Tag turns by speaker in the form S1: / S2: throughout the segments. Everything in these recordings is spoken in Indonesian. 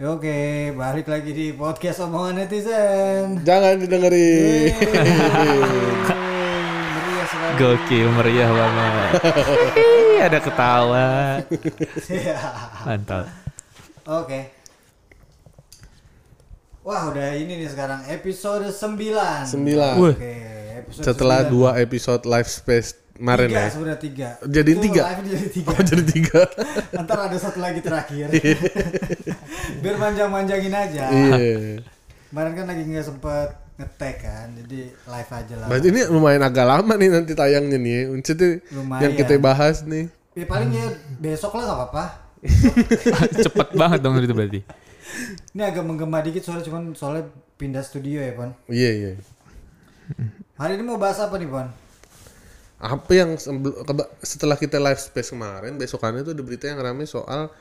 S1: Ya, Oke, balik lagi di podcast omongan netizen.
S2: Jangan didengerin.
S1: Yeay, Meriah sekali.
S3: Gokil meriah banget. Hihi, Ada ketawa.
S1: Ya.
S3: Mantap.
S1: Oke. Wah, udah ini nih sekarang episode 9.
S2: Sembilan.
S3: Wih.
S1: Oke, episode
S2: Setelah
S1: sembilan.
S2: dua episode live space kemarin
S1: tiga,
S2: ya.
S1: sudah tiga.
S2: Jadiin
S1: Itu
S2: tiga?
S1: live jadi tiga.
S2: Oh jadi tiga.
S1: Ntar ada satu lagi terakhir. Biar manjang-manjangin aja.
S2: Iya.
S1: Kemarin kan lagi nggak sempet ngetek kan, jadi live aja lah.
S2: Berarti ini lumayan agak lama nih nanti tayangnya nih. Uncit
S1: Lumayan.
S2: yang kita bahas nih.
S1: Ya paling ya besok lah nggak apa-apa.
S3: Cepet banget dong itu berarti.
S1: Ini agak menggema dikit soalnya cuman soalnya pindah studio ya Pon.
S2: Iya iya.
S1: Hari ini mau bahas apa nih Pon?
S2: Apa yang sebel- keba- setelah kita live space kemarin besokannya tuh ada berita yang rame soal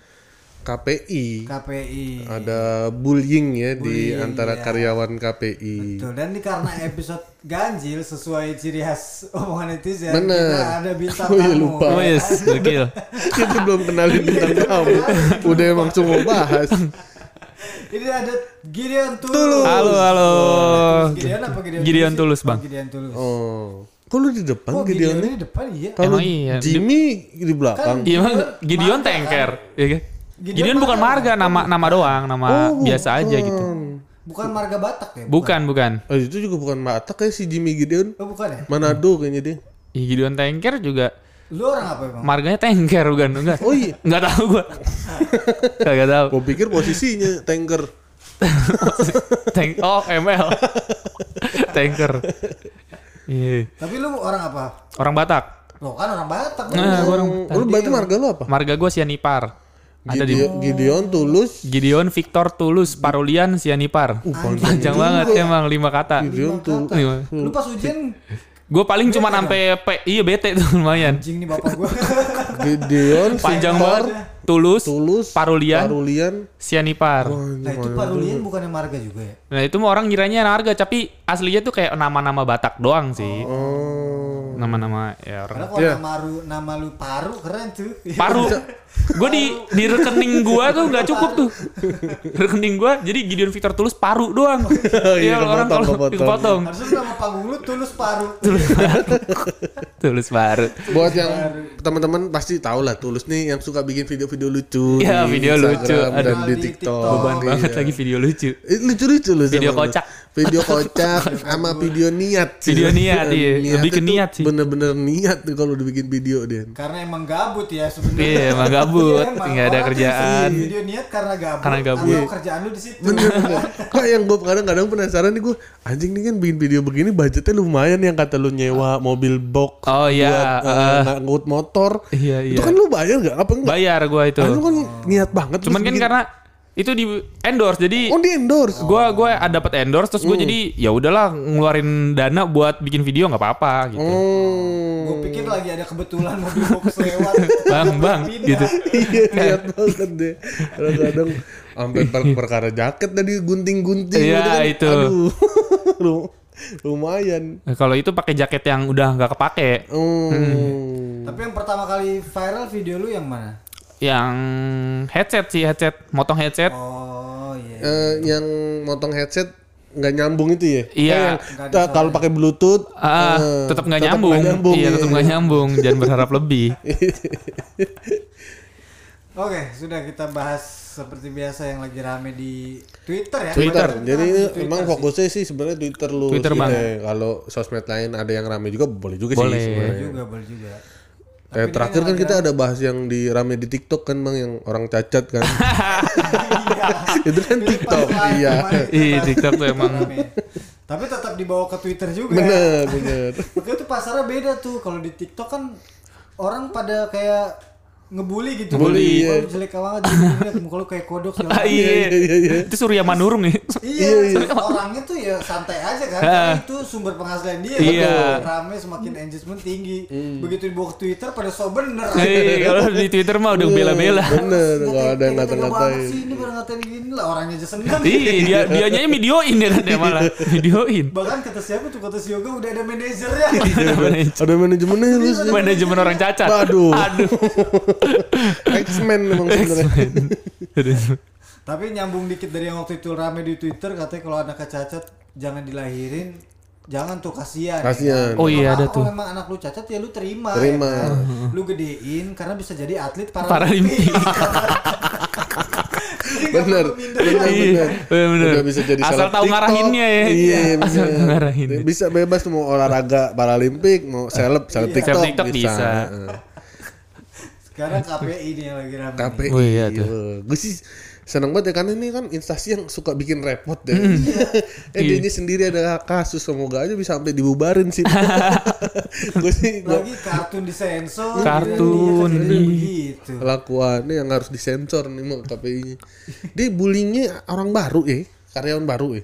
S2: KPI.
S1: KPI.
S2: Ada bullying ya di
S1: Bullying,
S2: antara
S1: iya.
S2: karyawan KPI.
S1: Betul. Dan ini karena episode ganjil sesuai ciri khas omongan netizen
S2: Bener.
S1: kita ada bintang
S2: Oh,
S1: tamu.
S2: iya, lupa.
S3: Oh yes, gokil.
S2: Kita belum kenalin bintang tamu. Udah emang cuma bahas.
S1: Ini ada Gideon Tulus.
S3: Halo, halo.
S1: Gideon apa Gideon?
S3: Gideon Tulus,
S1: sih? Oh,
S3: Bang.
S1: Gideon Tulus.
S2: Oh. Kok lu di depan
S1: Oh,
S2: Gideon
S1: Gideon ini depan iya.
S2: Kalau
S3: Emang iya.
S2: Jimmy di belakang.
S3: Iya Bang, Gideon tanker, iya kan?
S1: Gideon
S3: Gideon bukan
S1: marga.
S3: marga, nama nama doang, nama
S2: Oh,
S3: biasa aja gitu.
S2: bukan.
S1: Bukan marga Batak ya?
S3: Bukan, bukan.
S2: Oh, itu juga bukan Batak kayak si Jimmy Gideon.
S1: Oh, bukan ya?
S2: Manado kayaknya dia.
S3: Ih, Gideon tanker juga
S1: Lu orang apa emang?
S3: marganya tanker bukan enggak?
S2: Oh iya.
S3: Enggak tahu gua. Enggak tahu.
S2: Gua pikir posisinya tanker.
S3: Tank oh ML. tanker. Iya.
S1: Tapi lu orang apa?
S3: Orang Batak.
S1: Lo kan orang Batak.
S3: Nah, gua orang
S2: Oh, Lu berarti marga lu apa?
S3: Marga gue Sianipar. Ada di
S2: Gideon, Gideon Tulus. Uh,
S3: Gideon Victor Tulus Parulian Sianipar. Panjang banget emang Iya. lima kata.
S2: Gideon Tulus.
S1: Lu pas ujian
S3: Gue paling cuma
S2: kan?
S3: sampai P. Iya bete tuh lumayan.
S1: anjing nih bapak gua.
S2: Gideon
S3: Panjang
S2: Victor
S3: banget. Tulus,
S2: Tulus. Oh.
S3: Parulian,
S2: Parulian.
S3: Sianipar.
S1: nah, itu Parulian bukannya marga juga ya?
S3: Nah itu mah orang ngiranya harga tapi aslinya tuh kayak nama-nama Batak doang sih.
S2: Oh.
S3: Nama-nama ya orang.
S1: Karena kalau
S2: Iya.
S1: nama, lu, nama lu Paru keren tuh.
S3: Paru. Gue di di rekening gua tuh nggak cukup tuh. Rekening gua jadi Gideon Victor Tulus Paru doang.
S2: Iya,
S3: Iya
S2: kepotong,
S3: orang kalau
S2: kepotong.
S3: dipotong.
S1: Harusnya lu nama panggung lu tulus Paru.
S3: Tulus Paru.
S2: Buat yang teman-teman pasti tahu lah Tulus nih yang suka bikin video-video lucu.
S3: Iya,
S2: di
S3: video lucu.
S2: Instagram
S1: Aduh.
S2: Dan di
S1: Di
S2: TikTok.
S1: TikTok.
S3: Beban banget
S2: Iya.
S3: lagi video lucu.
S2: Eh, lucu-lucu loh zaman
S3: Video
S2: lu.
S3: kocak.
S2: Video kocak sama video niat. sih.
S3: Video niat, iya. Lebih ke
S2: itu
S3: niat sih.
S2: Bener-bener niat tuh kalau dibikin video dia.
S1: Karena emang gabut ya sebenarnya.
S3: Iya, emang gabut,
S1: Iya, emang.
S3: nggak ada
S1: Orang tuh
S3: kerjaan.
S1: bikin Video niat karena gabut.
S3: Karena gabut.
S1: Atau kerjaan lu di situ.
S2: Bener-bener. Kok yang gue kadang-kadang penasaran nih gue anjing nih kan bikin video begini budgetnya lumayan yang kata lu nyewa mobil box
S3: Oh, iya,
S2: buat eh,
S3: eh.
S2: ngangkut motor.
S3: Iya,
S2: Itu
S3: iya.
S2: kan lu bayar nggak? Apa enggak?
S3: Bayar gua itu.
S2: Lu kan niat banget.
S3: Cuman
S2: terus
S3: kan
S2: bikin-
S3: karena itu di endorse jadi
S2: oh Hmm. di endorse.
S3: gua gua dapat endorse terus gua jadi ya udahlah ngeluarin dana buat bikin video nggak apa-apa gitu.
S2: Hmm.
S1: Gue pikir lagi ada kebetulan mobil box lewat.
S3: Bang, bang
S1: Pindah.
S3: gitu.
S2: Iya niat banget deh. Kadang-kadang sampai per- perkara jaket tadi gunting-gunting.
S3: Iya,
S2: gitu
S3: itu.
S2: Aduh, lu- lumayan.
S3: Nah, Kalau itu pakai jaket yang udah nggak kepake
S2: Hmm.
S1: Tapi yang pertama kali viral video lu yang mana?
S3: yang headset sih headset, motong headset.
S1: Oh iya.
S2: Eh, yang motong headset nggak nyambung itu ya?
S3: Iya.
S2: Eh, yang
S1: Nggak ada
S2: ta- kalau pakai bluetooth
S3: Ah,
S2: eh,
S3: tetap nggak nyambung. Iya, tetap nggak nyambung. Jangan berharap lebih.
S1: Oke, sudah kita bahas seperti biasa yang lagi rame di Twitter ya.
S2: Twitter.
S1: Kebanyakan
S2: Jadi
S1: rame
S2: ini
S1: di Twitter
S2: emang
S1: sih.
S2: fokusnya sih sebenarnya Twitter lu.
S3: Twitter
S2: sih,
S3: banget.
S2: deh. Kalau sosmed lain ada yang rame juga boleh juga
S3: Boleh.
S2: sih sebenarnya.
S1: juga boleh juga.
S2: Eh, terakhir kan kita ada bahas yang di rame di TikTok kan bang yang orang cacat kan. itu kan TikTok. Iya.
S3: Ih, TikTok tuh emang.
S1: Tapi tetap dibawa ke Twitter juga.
S2: Bener bener.
S1: Makanya tuh pasarnya beda tuh. Kalau di TikTok kan orang pada kayak ngebully gitu. Muka
S2: Ngebully, iya.
S1: lu jelek banget jadi muka lu kayak kodok segala
S3: Ah,
S1: macam.
S3: iya.
S2: Iya, iya, iya.
S3: Itu Surya Manurung ya. nih.
S1: Iya, orangnya tuh ya santai aja kan.
S3: Ha.
S1: Karena itu sumber penghasilan dia.
S3: Iya.
S1: Betul. Rame semakin engagement tinggi.
S2: Hmm.
S1: Begitu dibawa ke Twitter pada so bener.
S3: Eh, kalau di Twitter mah udah bela-bela.
S2: Bener kalau Iya, ada yang
S1: Tega-tega banget
S2: ngata-ngatain.
S1: gitu,
S2: Iya.
S1: sih, Ini pada ngatain gini lah orangnya aja seneng.
S3: Ih, dia dianya videoin ya kan ya malah videoin.
S1: Bahkan kata siapa tuh kata si Yoga udah ada manajernya.
S2: Iya. Ada manajemennya lu. sih.
S3: Manajemen orang cacat.
S2: Waduh.
S3: Aduh.
S2: X-Men memang sebenarnya.
S1: Tapi nyambung dikit dari yang waktu itu rame di Twitter katanya kalau anaknya cacat jangan dilahirin, jangan tuh kasihan.
S2: Kasihan.
S1: Kalau
S3: Oh iya, ada
S1: kalau
S3: tuh.
S1: Memang anak lu cacat ya lu terima.
S2: Terima.
S1: ya kan? Lu gedein karena bisa jadi atlet
S3: Paralimpik.
S1: paralimpik. Jadi nggak
S2: bener
S1: perlu minder.
S2: bener
S3: Iya, bener.
S2: Udah bisa jadi
S3: Asal
S2: seleb
S3: tahu
S2: TikTok.
S3: ngarahinnya ya.
S2: iya
S3: Asal
S2: bener.
S3: tahu ngarahinnya.
S2: bisa bebas mau olahraga paralimpik mau seleb seleb
S3: Iya. Seleb
S2: tiktok,
S3: TikTok
S2: bisa,
S3: bisa.
S2: Heeh.
S1: Sekarang KPI nih yang lagi rame. nih.
S2: KPI
S3: Oh iya tuh.
S2: gue sih seneng banget ya karena ini kan instansi yang suka bikin repot deh
S3: Hmm.
S2: eh
S3: Iya.
S2: dia ini sendiri ada kasus semoga aja bisa sampai dibubarin sih gue sih gua-
S1: Lagi kartun disensor.
S3: Kartun,
S1: gitu,
S3: iya.
S1: begitu.
S2: kelakuannya yang harus disensor nih mau KPI-nya. Dia bullyingnya orang baru ya, karyawan baru ya.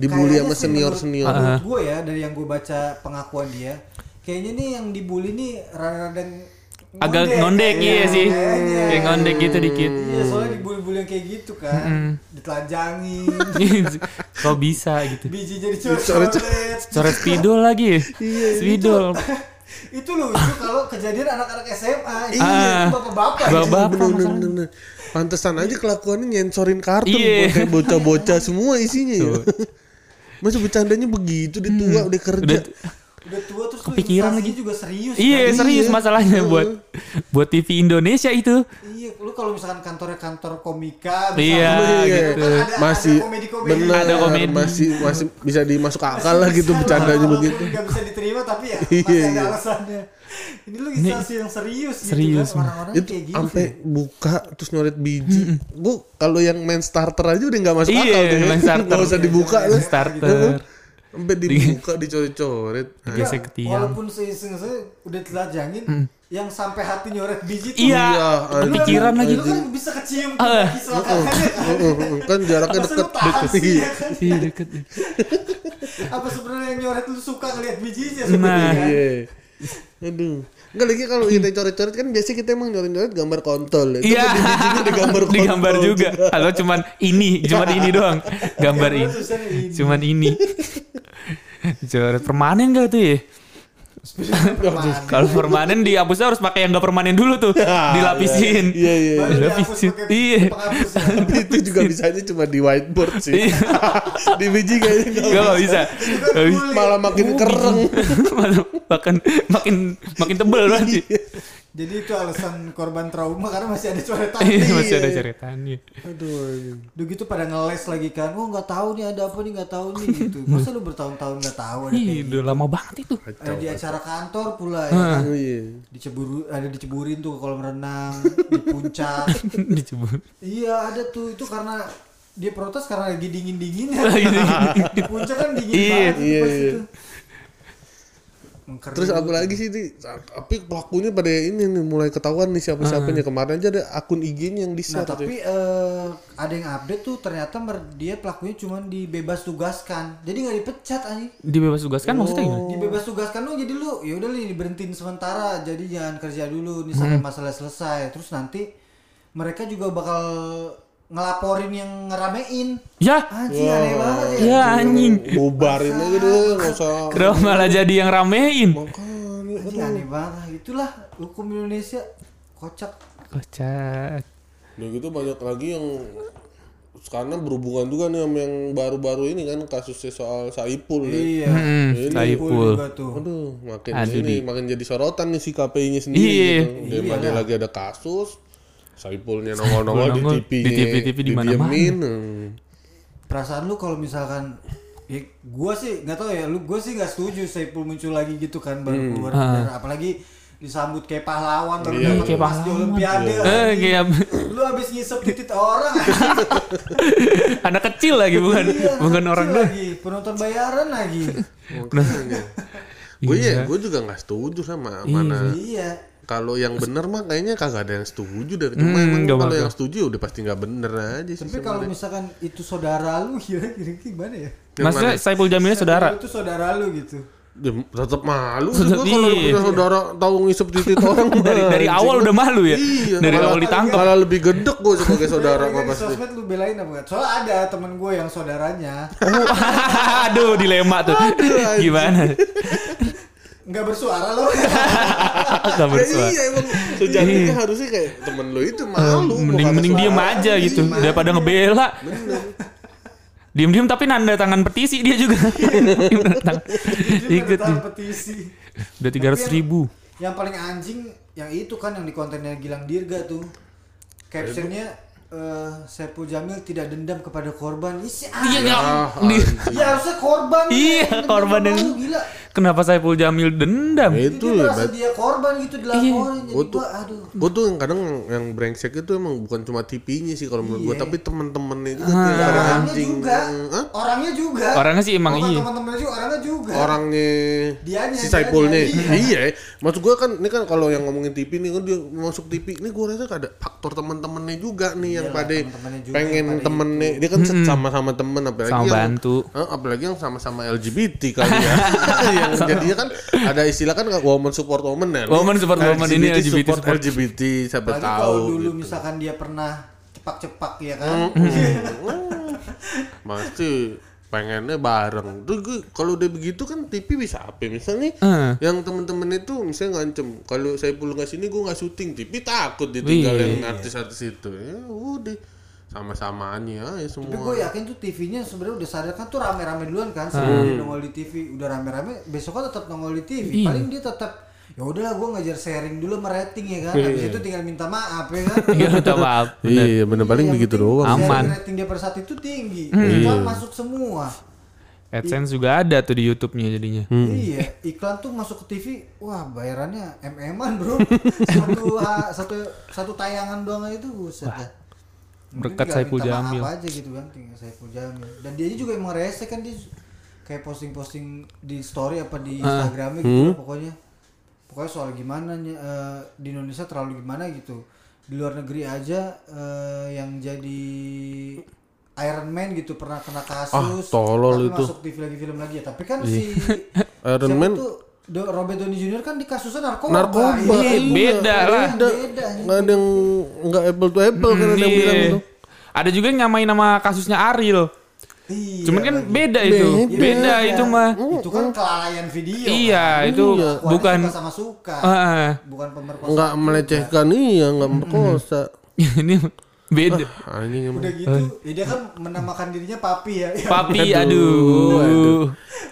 S2: Dibully
S1: Kayaknya
S2: sama
S1: sih
S2: senior
S1: menurut-
S2: senior.
S3: Ah,
S1: Menurut gue ya dari yang gue baca pengakuan dia, kayaknya nih yang dibully nih rada-rada
S3: Agak ngondek iya sih.
S1: kayaknya.
S3: Kayak ngondek gitu dikit.
S1: Iya soalnya dibully-bully yang kayak gitu kan, ditelanjangi,
S3: Kok bisa gitu.
S1: biji jadi coret.
S3: Coret spidol lagi. ya? Spidol.
S1: itu lucu kalau kejadian anak-anak SMA, Iya, itu
S3: Ah.
S1: bapak-bapak.
S3: Bapak-
S1: gitu.
S3: Bapak
S2: Bener, bener, bener. Pantesan aja kelakuannya nyensorin kartun
S3: Iya.
S2: buat kayak bocah-bocah semua isinya ya.
S3: Tuh.
S2: Masa bercandanya begitu dia tua udah kerja.
S3: Hmm. Udah-
S1: Udah tua terus
S3: Kepikiran
S1: lagi juga serius.
S3: Iya,
S1: kan?
S3: serius masalahnya buat buat TV Indonesia itu.
S1: Iya, lu kalau misalkan kantornya kantor komika,
S3: Iya,
S1: misalkan, kan
S2: Iya.
S1: ada- ada
S2: masih
S1: komedi-komedi.
S2: bener
S3: Ada komedi.
S2: masih masih bisa dimasuk akal lah gitu
S1: Bisa
S2: bercandanya
S1: walaupun
S2: begitu.
S1: Iya, nggak bisa diterima tapi ya
S2: Iya,
S1: masih ada
S2: iya.
S1: alasannya. Ini lu instansi yang serius,
S3: serius,
S1: gitu kan orang-orang
S2: itu
S1: kayak gitu.
S2: sampai buka terus nyoret biji. Gua kalau yang main starter aja udah nggak masuk
S3: Iya,
S2: akal deh.
S3: main starter.
S2: Nggak usah dibuka lah.
S3: Starter.
S2: Sampai dibuka dicoret-coret. Nah,
S1: Ya,
S3: Gesek ke tiang.
S1: Walaupun seiseng-iseng udah telajangin, yang sampai hati nyoret biji tuh.
S3: Hmm. Iya,
S2: Iya,
S1: lu kan-
S3: kepikiran lagi.
S1: Lu kan bisa kecium uh,
S3: Ah.
S1: selangkangannya kan.
S2: uh, uh, kan jaraknya
S1: Masa lu
S2: deket.
S1: tahan sih,
S2: Iya.
S1: ya kan?
S3: Iya, deket.
S1: Apa sebenarnya yang nyoret lu suka ngeliat bijinya
S3: Nah.
S1: sebenarnya?
S2: Iya. Aduh. Enggak lagi kalau kita coret-coret kan biasanya kita emang nyoret-nyoret gambar kontol. ya. Itu
S3: Iya.
S2: kan di bijinya ada gambar kontol.
S3: Digambar juga. Atau cuman ini, cuman ini
S2: Iya.
S3: doang. Gambar ini.
S1: Susahnya Iya, ini.
S3: Cuman ini. Coret permanen gak tuh ya?
S1: kan Permanen.
S3: Kalau permanen dihapusnya harus pakai yang gak permanen dulu tuh.
S2: Ah,
S3: Dilapisin.
S2: Iya, iya.
S1: Baru
S2: iya.
S1: dihapus
S3: Lapisin.
S1: pakai
S3: Iya.
S1: penghapus ya.
S2: Itu juga bisanya cuma di whiteboard sih.
S3: Iya.
S2: di biji kayaknya nggak
S3: Gak bisa. Nggak bisa.
S2: malah makin kereng.
S3: makin makin makin tebel berarti.
S2: Iya.
S1: Jadi itu alasan korban trauma karena masih ada coretan.
S3: Iya, masih ada ceritannya.
S2: Aduh. iya.
S1: Udah gitu pada ngeles lagi kan. Oh nggak tahu nih ada apa nih nggak tahu nih gitu. Masa lu bertahun-tahun nggak tahu ada kayak gitu?
S3: Ih, udah lama banget itu.
S1: ada di acara kantor pula ya kan.
S2: Oh, iya.
S1: Diceburu, ada diceburin tuh ke kolam renang di puncak.
S3: Dicoba.
S1: Iya ada tuh itu karena dia protes karena lagi dingin dinginnya.
S3: Lagi dingin-dingin.
S1: di puncak kan dingin
S3: Iya,
S1: banget
S2: iya,
S1: pas
S2: iya.
S1: itu. Mengkeru.
S2: Terus apa lagi sih Di? Tapi pelakunya pada ini nih mulai ketahuan nih siapa-siapanya. Kemarin aja ada akun IG-nya
S1: Nah
S2: yang di-share.
S1: tapi eh, ada yang update tuh ternyata mer- dia pelakunya cuman dibebas tugaskan, jadi nggak dipecat anjing.
S3: Dibebas tugaskan maksudnya gimana?
S1: Dibebas tugaskan lu jadi lu ya udah lu diberhentiin sementara, jadi jangan kerja dulu nih
S3: Hmm.
S1: sampai masalah selesai. Terus nanti mereka juga bakal ngelaporin yang ngeramein.
S3: Ya,
S1: Anjing aneh banget ya.
S3: ya anjing.
S2: bubarin aja deh, nggak usah.
S3: Kenapa malah jadi yang ramein?
S2: Makanya.
S1: Anjing aneh banget. Itulah hukum Indonesia kocak.
S3: Kocak.
S2: Udah gitu banyak lagi yang karena berhubungan juga nih sama yang baru-baru ini kan kasusnya soal Saipul ya. nih.
S1: Iya.
S3: Hmm,
S2: Ini
S3: Saipul.
S1: juga tuh.
S2: Aduh, makin
S3: Aduh,
S2: ini
S3: Di.
S2: makin jadi sorotan nih si KPI-nya sendiri
S3: Iya.
S2: gitu. Dia
S1: Iya.
S2: dia lagi ada kasus, Saipulnya nongol-nongol di
S3: nongol,
S2: TV,
S3: di TV-TV di mana-mana.
S2: didiemin, hmm.
S1: perasaan lu kalau misalkan ya gua sih nggak tahu ya lu gua sih nggak setuju Saipul muncul lagi gitu kan baru
S3: Hmm.
S1: keluar dari- apalagi disambut kayak pahlawan baru
S2: Iya,
S1: dapat
S3: Ah. kayak
S1: emas di
S3: pahlawan.
S1: olimpiade
S3: Eh, kayak
S1: lu abis ngisep titik orang anjing.
S3: anak kecil lagi bukan
S1: Iya,
S3: bukan
S1: kecil
S3: orang dah.
S1: lagi penonton bayaran lagi
S2: Makanya. gue ya, gue juga nggak setuju sama mana.
S1: iya
S2: Kalau yang bener mah kayaknya kagak ada yang setuju deh. Cuma
S3: Hmm,
S2: emang
S3: nggak
S2: kalau
S3: bakal.
S2: yang setuju ya udah pasti nggak bener aja sih.
S1: tapi kalau misalkan itu saudara lu kira-kira gimana ya
S2: Yang
S3: Maksudnya
S2: mana?
S3: Saipul Jamilnya Eh, saudara.
S1: itu saudara lu gitu
S2: tetap malu
S3: Tetep-
S2: juga kalau
S3: iya.
S2: punya saudara tahu ngisep titik orang
S3: Dari
S2: mah.
S3: dari
S2: Anjing,
S3: awal
S2: gua-
S3: udah malu ya.
S2: Iya,
S3: Dari
S2: malah-
S3: awal ditangkap.
S2: Malah lebih gedek gue sebagai saudara
S1: Lu
S2: mah
S1: di
S2: pasti.
S1: sosmed lu belain apa nggak? soalnya ada temen gue yang saudaranya
S3: Aduh, dilema tuh. Gimana?
S1: nggak bersuara lo
S3: Gak
S2: Ya
S3: bersuara.
S2: iya emang sejatinya harusnya kayak temen lu itu malu mau
S3: Ah, mending
S2: kata
S3: mending
S2: suara.
S3: diem aja gitu
S1: Iya.
S3: daripada ngebela. Diem diem tapi nanda tangan petisi dia juga.
S2: Iya.
S3: Diem nanda tangan. Ikut
S1: Ikut
S3: dia.
S1: petisi.
S3: Udah tiga ratus ribu.
S1: Yang paling anjing yang itu kan yang di kontennya Gilang Dirga tuh. Captionnya eh Saipul Jamil tidak dendam kepada korban. Ih, si anjing.
S3: Iya,
S2: Ah,
S3: Di-
S1: Ya harusnya korban.
S3: Iya,
S1: Dendam
S3: korban
S1: sama
S3: yang-
S1: lu, gila.
S3: Kenapa Saiful Jamil dendam?
S2: Ya
S1: Itu
S2: itu
S1: dia
S2: ya,
S1: merasa
S2: Bat.
S1: dia korban gitu
S3: Iya.
S1: dilaporin. Jadi
S2: Gua Oh, tuh-
S1: gua aduh.
S2: Gue tuh yang kadang yang brengsek itu emang bukan cuma TV-nya sih kalau menurut gue,
S1: Iya.
S2: tapi temen-temennya
S3: Ah.
S2: itu tuh yang kadang
S1: Orangnya
S2: anjing. eh,
S1: juga.
S2: Hah?
S1: Orangnya juga.
S3: Orangnya sih emang
S1: Bukan
S3: iya.
S1: Teman-temannya juga orangnya juga.
S2: Orangnya
S1: Dianya,
S2: si Saipulnya.
S1: dianya,
S2: Iya. Maksud gue kan ini kan kalau yang ngomongin TV nih kan dia masuk TV ini gue rasa ada faktor temen-temennya juga nih yang pada
S1: Iya, temen-temennya juga
S2: pengen
S1: yang pada
S2: temennya dia kan sama-sama temen apalagi
S3: Sama
S2: yang
S3: bantu.
S2: Eh, apalagi yang sama-sama LGBT kali ya. yang jadinya kan ada istilah kan woman support woman ya.
S3: Woman support woman, ini LGBT
S2: support,
S3: support.
S2: LGBT siapa
S1: Apalagi
S2: tahu.
S1: kalau dulu
S2: gitu. Hmm.
S1: misalkan dia pernah cepak-cepak ya kan.
S3: Hmm.
S2: Masih Hmm, pengennya bareng. Terus gue- kalau udah begitu kan TV bisa apa? Misalnya nih,
S3: Eh.
S2: yang temen-temen itu misalnya ngancem kalau saya pulang ke sini gue nggak syuting TV takut ditinggal
S3: Iya.
S2: yang artis-artis itu. Ya udah sama-samaannya ya
S1: Tapi
S2: semua.
S1: gue yakin tuh TV-nya sebenarnya udah sadar kan tuh rame-rame duluan kan sebelum dia nongol di TV udah rame-rame besoknya tetap nongol di TV
S3: Iya.
S1: paling dia tetap ya udahlah gue ngajar sharing dulu sama rating ya kan habis itu tinggal minta maaf ya kan
S3: Iya minta maaf. Bener.
S2: Iya bener paling
S1: Yang
S2: begitu
S1: penting
S2: doang.
S1: sharing
S3: Aman.
S1: rating dia per saat itu tinggi iklan masuk semua
S3: AdSense juga ada tuh di YouTube-nya jadinya.
S1: iya iklan tuh masuk ke TV wah bayarannya mm-an bro satu ha- satu satu tayangan doang aja itu buset dah. Mungkin
S3: berkat
S1: tinggal
S3: Saipul
S1: minta maaf
S3: Jamil.
S1: aja gitu kan tinggal Saipul Jamil dan dia juga emang rese kan dia kayak posting-posting di story apa di
S3: Ah.
S1: Instagramnya
S3: Hmm?
S1: gitu lah pokoknya pokoknya soal gimana nya, eh, di Indonesia terlalu gimana gitu di luar negeri aja eh, yang jadi Iron Man gitu pernah kena kasus
S2: Ah,
S1: tapi
S2: tolol itu. Iya.
S1: masuk di lagi film lagi ya tapi kan si
S2: Iron
S1: siapa
S2: Man-
S1: tuh, Do- Robert Downey Jr kan di kasusnya narkoba
S2: Narkoba.
S1: Iya,
S2: Oh, iya.
S3: beda lah.
S2: Beda.
S1: Beda.
S2: Nggak ada yang nggak apple to apple kan ada yang bilang
S3: Iya.
S2: itu.
S3: Ada juga yang nyamain nama kasusnya Ariel.
S1: Iya,
S3: Cuman kan
S1: lagi.
S3: beda itu.
S2: Beda.
S3: Beda itu mah.
S1: Iya. itu kan kelalaian video
S3: Iya, itu
S1: Kelakuannya
S3: bukan
S1: suka sama suka
S3: Ah,
S1: bukan pemerkosaan
S2: Nggak melecehkan iya nggak merkosa.
S3: ini beda.
S2: Anjing emang.
S1: udah gitu ya dia kan menamakan dirinya papi ya
S3: Eh. Papi
S2: Aduh,
S3: aduh.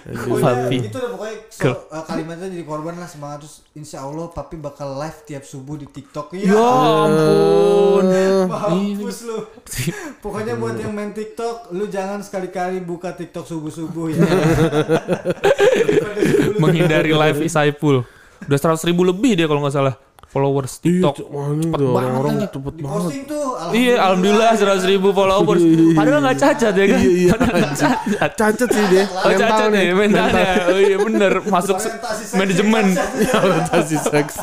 S1: Pokoknya
S3: Papi.
S1: itu udah pokoknya so, eh, kalimatnya jadi korban lah semangat terus insya Allah papi bakal live tiap subuh di TikTok ya
S3: Ya ampun. iya.
S1: mampus lu pokoknya buat yang main TikTok lu jangan sekali-kali buka TikTok subuh-subuh
S3: Iya,
S1: ya Daripada subuh lu-
S3: Menghindari live Isaipul. Udah 100 ribu lebih dia kalau nggak salah followers
S2: Iya,
S3: TikTok.
S2: cuk, anjing tuh orang-orang cepet
S1: di
S2: banget.
S1: posting tuh
S3: gitu, Iya, alhamdulillah 100 ribu followers. Padahal nggak cacat ya kan?
S2: Iya, iya,
S3: Padahal nggak cacat.
S2: Cacat sih dia.
S3: Oh cacat ya, mentalnya. Oh iya bener, masuk se-
S1: Orientasi ya. seksual
S3: manajemen.
S1: cacat.
S2: Orientasi seks.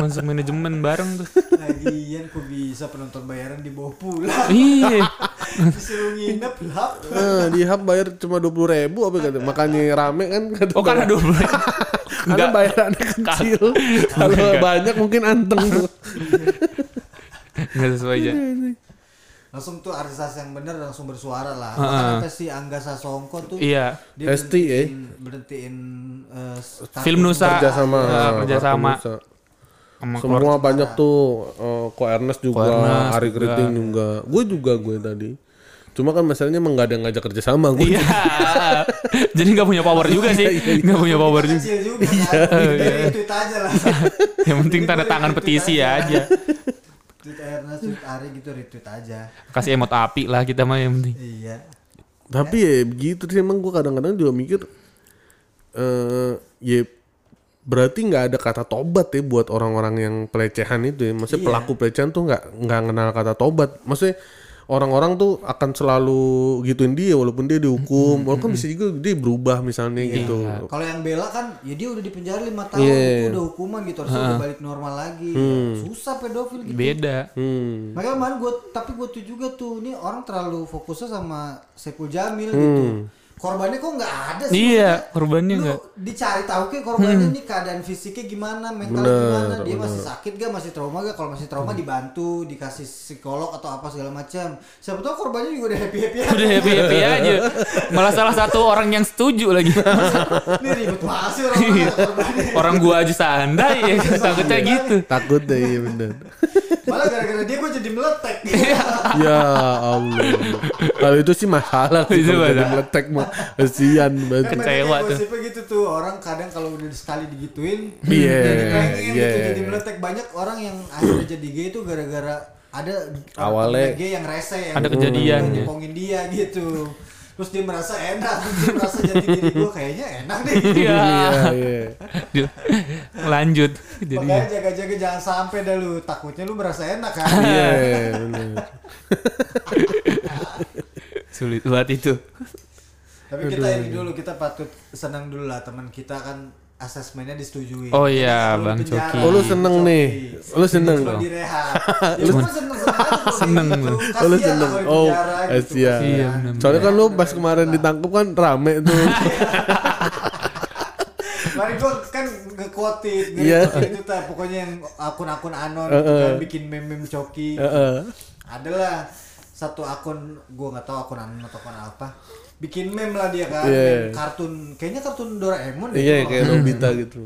S3: Masuk manajemen bareng tuh.
S1: lagian kok bisa penonton bayaran dibawa pulang
S3: Iya.
S1: disuruh nginep lah
S2: Eh, di hub bayar cuma dua puluh ribu apa kata makanya rame kan kata
S3: Oh Kan. karena 12.
S2: karena
S3: Enggak.
S2: bayarannya kecil kalau
S3: Enggak.
S2: banyak mungkin anteng tuh
S3: Enggak sesuai aja.
S1: langsung tuh artis artis yang bener langsung bersuara lah
S3: Heeh.
S1: Makanya apa sih Angga Sasongko tuh
S3: Iya.
S1: dia
S2: ST, eh.
S1: berhentiin, berhentiin eh, status
S3: Film Nusa.
S2: kerja sama
S3: Nah, kerjasama. Sama keluarga.
S2: semua banyak tuh eh, ko Ernest juga
S3: Ko Ernest
S2: Ari Keriting juga gue juga gue tadi cuma kan masalahnya emang gak ada yang ngajak kerja sama gue
S3: Iya. Jadi nggak punya power juga sih. Nggak punya power Iya, juga.
S1: kecil juga kan Dari tweet aja lah
S3: Yang penting tanda tangan petisi ya aja.
S1: tweet Ernest tweet Ari gitu retweet aja
S3: Kasih emot api lah kita mah yang penting.
S1: iya
S2: tapi ya begitu sih emang gue kadang-kadang juga mikir eh ya berarti nggak ada kata tobat ya buat orang-orang yang pelecehan itu ya
S3: Iya.
S2: maksudnya pelaku pelecehan tuh nggak nggak kenal kata tobat maksudnya orang-orang tuh akan selalu gituin dia walaupun dia dihukum walaupun bisa juga dia berubah misalnya
S3: Iya.
S2: gitu
S1: kalau yang bela kan ya dia udah dipenjara lima tahun
S2: Iya,
S1: itu udah hukuman gitu harusnya udah balik normal lagi susah pedofil gitu
S3: Beda.
S2: hmm.
S1: Makanya
S2: Hmm.
S1: kemarin gue tapi gue tuh juga tuh ini orang terlalu fokusnya sama Saipul Jamil gitu. korbannya kok nggak ada sih
S3: Iya, korbannya
S1: Lu
S3: nggak.
S1: dicari tahu ke korbannya nih keadaan fisiknya gimana, mentalnya
S2: Hmm. Bener,
S1: gimana, dia
S2: bener. Hmm.
S1: masih sakit gak, masih trauma gak? Kalau masih trauma dibantu, dikasih psikolog atau apa segala macam. Siapa tahu korbannya juga udah happy happy aja.
S3: Udah happy happy aja. Malah salah satu orang yang setuju lagi.
S1: Ini ribet banget sih orang
S2: Iya.
S1: korbannya.
S3: orang gua aja santai ya kan, takutnya gitu.
S2: Takut deh iya bener.
S1: Malah gara-gara dia gue jadi meletek. gitu.
S2: ya Allah. Kalau itu sih masalah sih
S3: Itu
S2: kalau jadi
S3: masalah.
S2: meletek mah kasihan
S1: Kan
S2: banget.
S1: banyak yang
S3: Kecewa tuh.
S1: gosipnya gitu tuh orang kadang kalau udah sekali digituin
S2: Iya,
S1: jadi pengen gitu
S2: iya.
S1: jadi meletek banyak orang yang akhirnya jadi gay itu gara-gara ada orang
S2: Awalnya-
S1: gay yang rese yang
S3: Ada kejadian,
S1: yang
S3: ya.
S1: nyepongin dia gitu terus dia merasa enak terus dia merasa jadi diri gue kayaknya enak deh
S3: Iya.
S2: Iya, iya.
S3: Duh. Lanjut. Jadi
S1: makanya jaga-jaga jangan sampai dah lu takutnya lu merasa enak kan
S2: Iya, bener.
S3: sulit buat itu.
S1: tapi kita ini dulu kita patut senang dulu lah teman kita kan asesmennya disetujui
S3: Oh iya,
S1: Sebelum
S3: Bang
S1: penjara.
S3: Coki.
S2: Oh, lu seneng
S1: Coki.
S2: nih. Lu seneng
S1: Sebelum
S2: dong.
S1: direhab. Ya, lu kan seneng gitu. seneng
S3: Seneng lu.
S2: Oh, lu seneng. Oh,
S1: gitu.
S2: iya.
S3: Iya, bener.
S2: Soalnya kan lu pas kemarin ditangkap kan rame tuh.
S1: Mari gua kan nge-quoted nge
S2: Iya.
S1: itu tah pokoknya yang akun-akun anon
S2: Eh, eh.
S1: kan bikin meme-meme coki.
S2: Heeh.
S1: Adalah satu akun gua nggak tahu akun anon atau akun apa. Bikin meme lah dia kan, meme
S2: Iya.
S1: kartun kayaknya kartun Doraemon deh. kalau nggak
S2: Iya kayak
S1: salah.
S3: Hmm.
S2: Nobita gitu.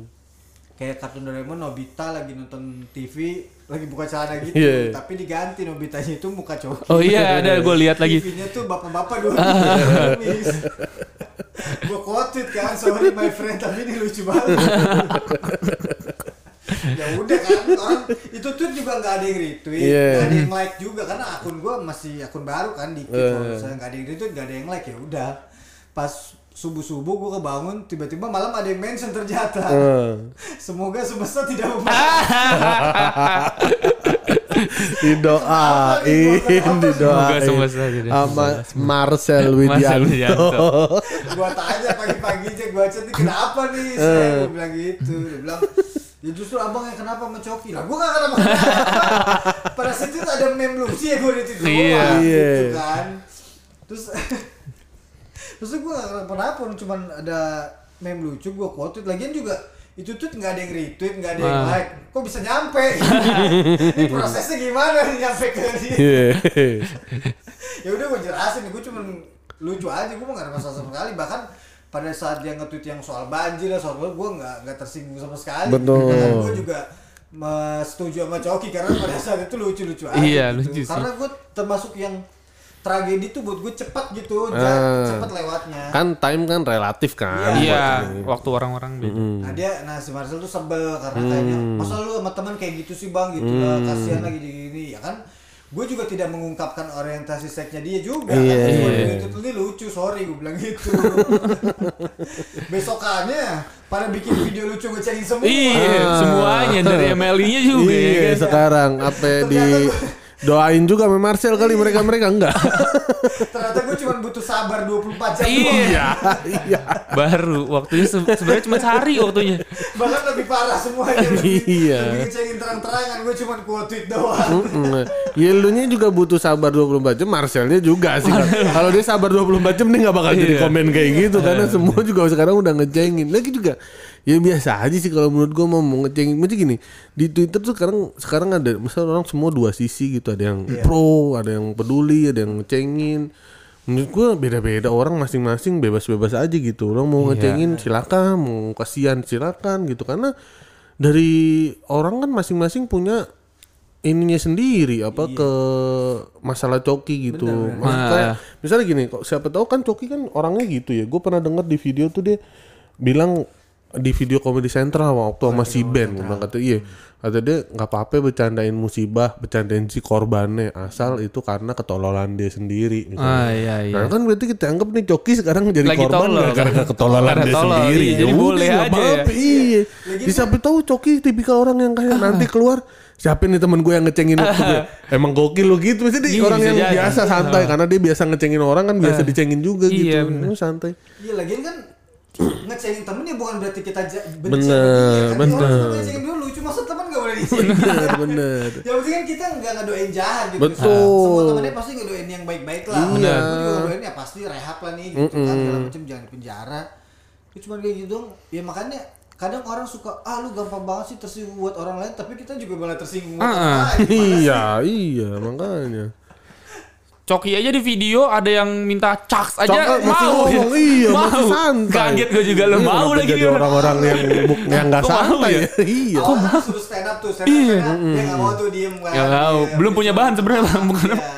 S1: kayak kartun Doraemon Nobita lagi nonton TV lagi buka celana gitu
S2: Iya.
S1: tapi diganti Nobitanya itu muka cowok
S3: Oh iya, ada gua lihat lagi. Ah.
S1: TV-nya tuh bapak-bapak dua komis gue quoted kan sorry my friend tapi ini lucu banget ya udah kan orang itu tuh juga nggak ada yang retweet nggak
S2: Iya.
S1: ada yang like juga karena akun gue masih akun baru kan dikit kalau
S3: Iya.
S1: misalnya nggak ada yang retweet nggak ada yang like ya udah pas subuh subuh gue kebangun tiba-tiba malam ada yang mention ternyata
S3: Iya.
S2: Heeh.
S1: Semoga semesta tidak memakai
S2: Didoain,
S3: Semoga
S2: didoain.
S3: semesta tidak
S2: Sama Marcel
S3: Marcel Widianto.
S2: Widianto.
S1: gua tanya pagi-pagi aja gua chat "Ini kenapa nih saya gua bilang gitu dia bilang ya justru abang yang kenapa mencoki lah gua gak kenapa pada situ tuh ada meme lu sih ya gua di situ
S3: Iya.
S1: doang,
S2: Iya.
S1: gitu kan terus terus gua gak kenapa cuman ada meme lucu gua quoted lagian juga itu tuh nggak ada yang retweet nggak ada yang
S3: Wah.
S1: like kok bisa nyampe ini prosesnya gimana nih nyampe ke dia
S2: Iya.
S1: ya udah gue jelasin gue cuman lucu aja gue nggak ada masalah sama sekali bahkan pada saat dia nge-tweet yang soal banjir lah soal gue nggak nggak tersinggung sama sekali
S2: Betul.
S1: gue juga me- setuju sama Coki karena pada saat itu lucu-lucu aja gitu.
S3: Iya, lucu sih.
S1: karena gue termasuk yang tragedi tuh buat gue cepat gitu ja-
S2: Ah.
S1: cepat lewatnya
S2: Kan time kan relatif kan.
S3: Iya, waktu orang-orang beda.
S1: Nah
S2: Hmm.
S1: dia, nah si Marcel tuh sebel karena kayaknya masa lu sama teman kayak gitu sih bang gitu lah
S2: Hmm.
S1: kasihan lagi gini ya kan gue juga tidak mengungkapkan orientasi seksnya dia juga
S2: Iya.
S1: kan Cuma dia itu tuh dia lucu sorry gue bilang gitu besokannya pada bikin video lucu ngecengin semua
S3: Iya,
S2: Ah.
S3: semuanya dari MLI-nya juga ya
S2: Iya,
S3: kan.
S2: sekarang apa di doain juga sama Marcel kali mereka-mereka enggak.
S1: ternyata gue cuma butuh sabar 24 jam doang.
S3: Iya.
S2: Iya.
S3: Baru waktunya se- sebenarnya cuma sehari waktunya.
S1: bahkan lebih parah semuanya lebih,
S2: Iya.
S1: lebih ngecengin terang-terangan gue cuma quote tweet doang
S2: Mm-mm. Ya lu nya juga butuh sabar 24 jam, Marcelnya juga sih. Kan. Kalau dia sabar 24 jam dia nggak bakal jadi
S3: Iya.
S2: komen kayak gitu karena semua juga sekarang udah ngecengin. Lagi juga ya biasa aja sih kalau menurut gua mau mau ngecengin. Mesti gini, di Twitter tuh sekarang sekarang ada misal orang semua dua sisi gitu, ada yang pro, ada yang peduli, ada yang ngecengin. Menurut gua beda-beda orang masing-masing bebas-bebas aja gitu. Orang mau
S3: Iya.
S2: ngecengin silakan, mau kasihan silakan gitu karena dari orang kan masing-masing punya ininya sendiri apa ke masalah coki gitu. Maksudnya kayak, misalnya gini, kok siapa tahu kan coki kan orangnya gitu ya. Gue pernah dengar di video tuh dia bilang di video Comedy Central waktu sama si Ben gua bilang kata iya kata dia nggak apa-apa bercandain musibah bercandain si korbannya asal itu karena ketololan dia sendiri misalnya.
S3: Ah, iya, iya.
S2: Nah, kan berarti kita anggap nih Coki sekarang jadi
S3: Lagi
S2: korban
S3: tolol.
S2: nggak karena ketololan
S3: Karena
S2: dia
S3: tolol,
S2: sendiri.
S3: iya. Jadi
S2: Ya udah,
S3: boleh
S2: nggak
S3: aja ya. Ah.
S2: apa-apa, Iya. Bisa tahu Coki tipikal orang yang kayak nanti keluar siapa nih temen gue yang ngecengin waktu gue. Emang gokil lu gitu. Maksudnya dia
S3: Iya,
S2: orang
S3: bisa
S2: yang
S3: jadi.
S2: biasa santai karena dia biasa ngecengin orang kan biasa dicengin juga
S3: Iya,
S2: gitu.
S3: bener.
S2: Lu santai.
S1: Iya lagian kan ngecengin temennya bukan berarti kita ja- benci
S2: Bener,
S1: sama dia, kan?
S2: bener.
S1: Orang suka ngecengin dulu, cuma maksud teman gak boleh dicengin.
S2: bener bener
S1: Yang penting kan kita nggak ngedoain jahat gitu.
S2: Betul.
S1: Semua temennya pasti ngedoain yang baik-baik lah.
S2: Iya.
S1: Gue juga ngedoain ya pasti rehab lah nih gitu kan. Segala macam jangan di penjara. Itu cuma kayak gitu dong. Ya makanya kadang orang suka ah lu gampang banget sih tersinggung buat orang lain tapi kita juga malah tersinggung buat orang
S3: Ah, ah.
S1: lain. Gimana sih?
S2: iya iya makanya
S3: Coki aja di video ada yang minta caks aja
S2: Cok, masih
S3: mau.
S2: ngomong, iya,
S3: mau.
S2: masih santai.
S3: Kaget gue juga lo
S2: Ini
S3: mau
S2: Iya, kenapa
S3: lagi
S2: jadi
S3: dia.
S2: orang-orang yang bu- yang nggak
S3: Kok mau
S2: santai
S3: ya?
S2: ya? iya
S1: Awalnya suruh stand up tuh, stand up, stand up. Dia nggak mau tuh diem kan.
S3: Nggak mau.
S1: Iya,
S3: Belum punya bahan sebenarnya, Bang. Bukan-
S1: Iya.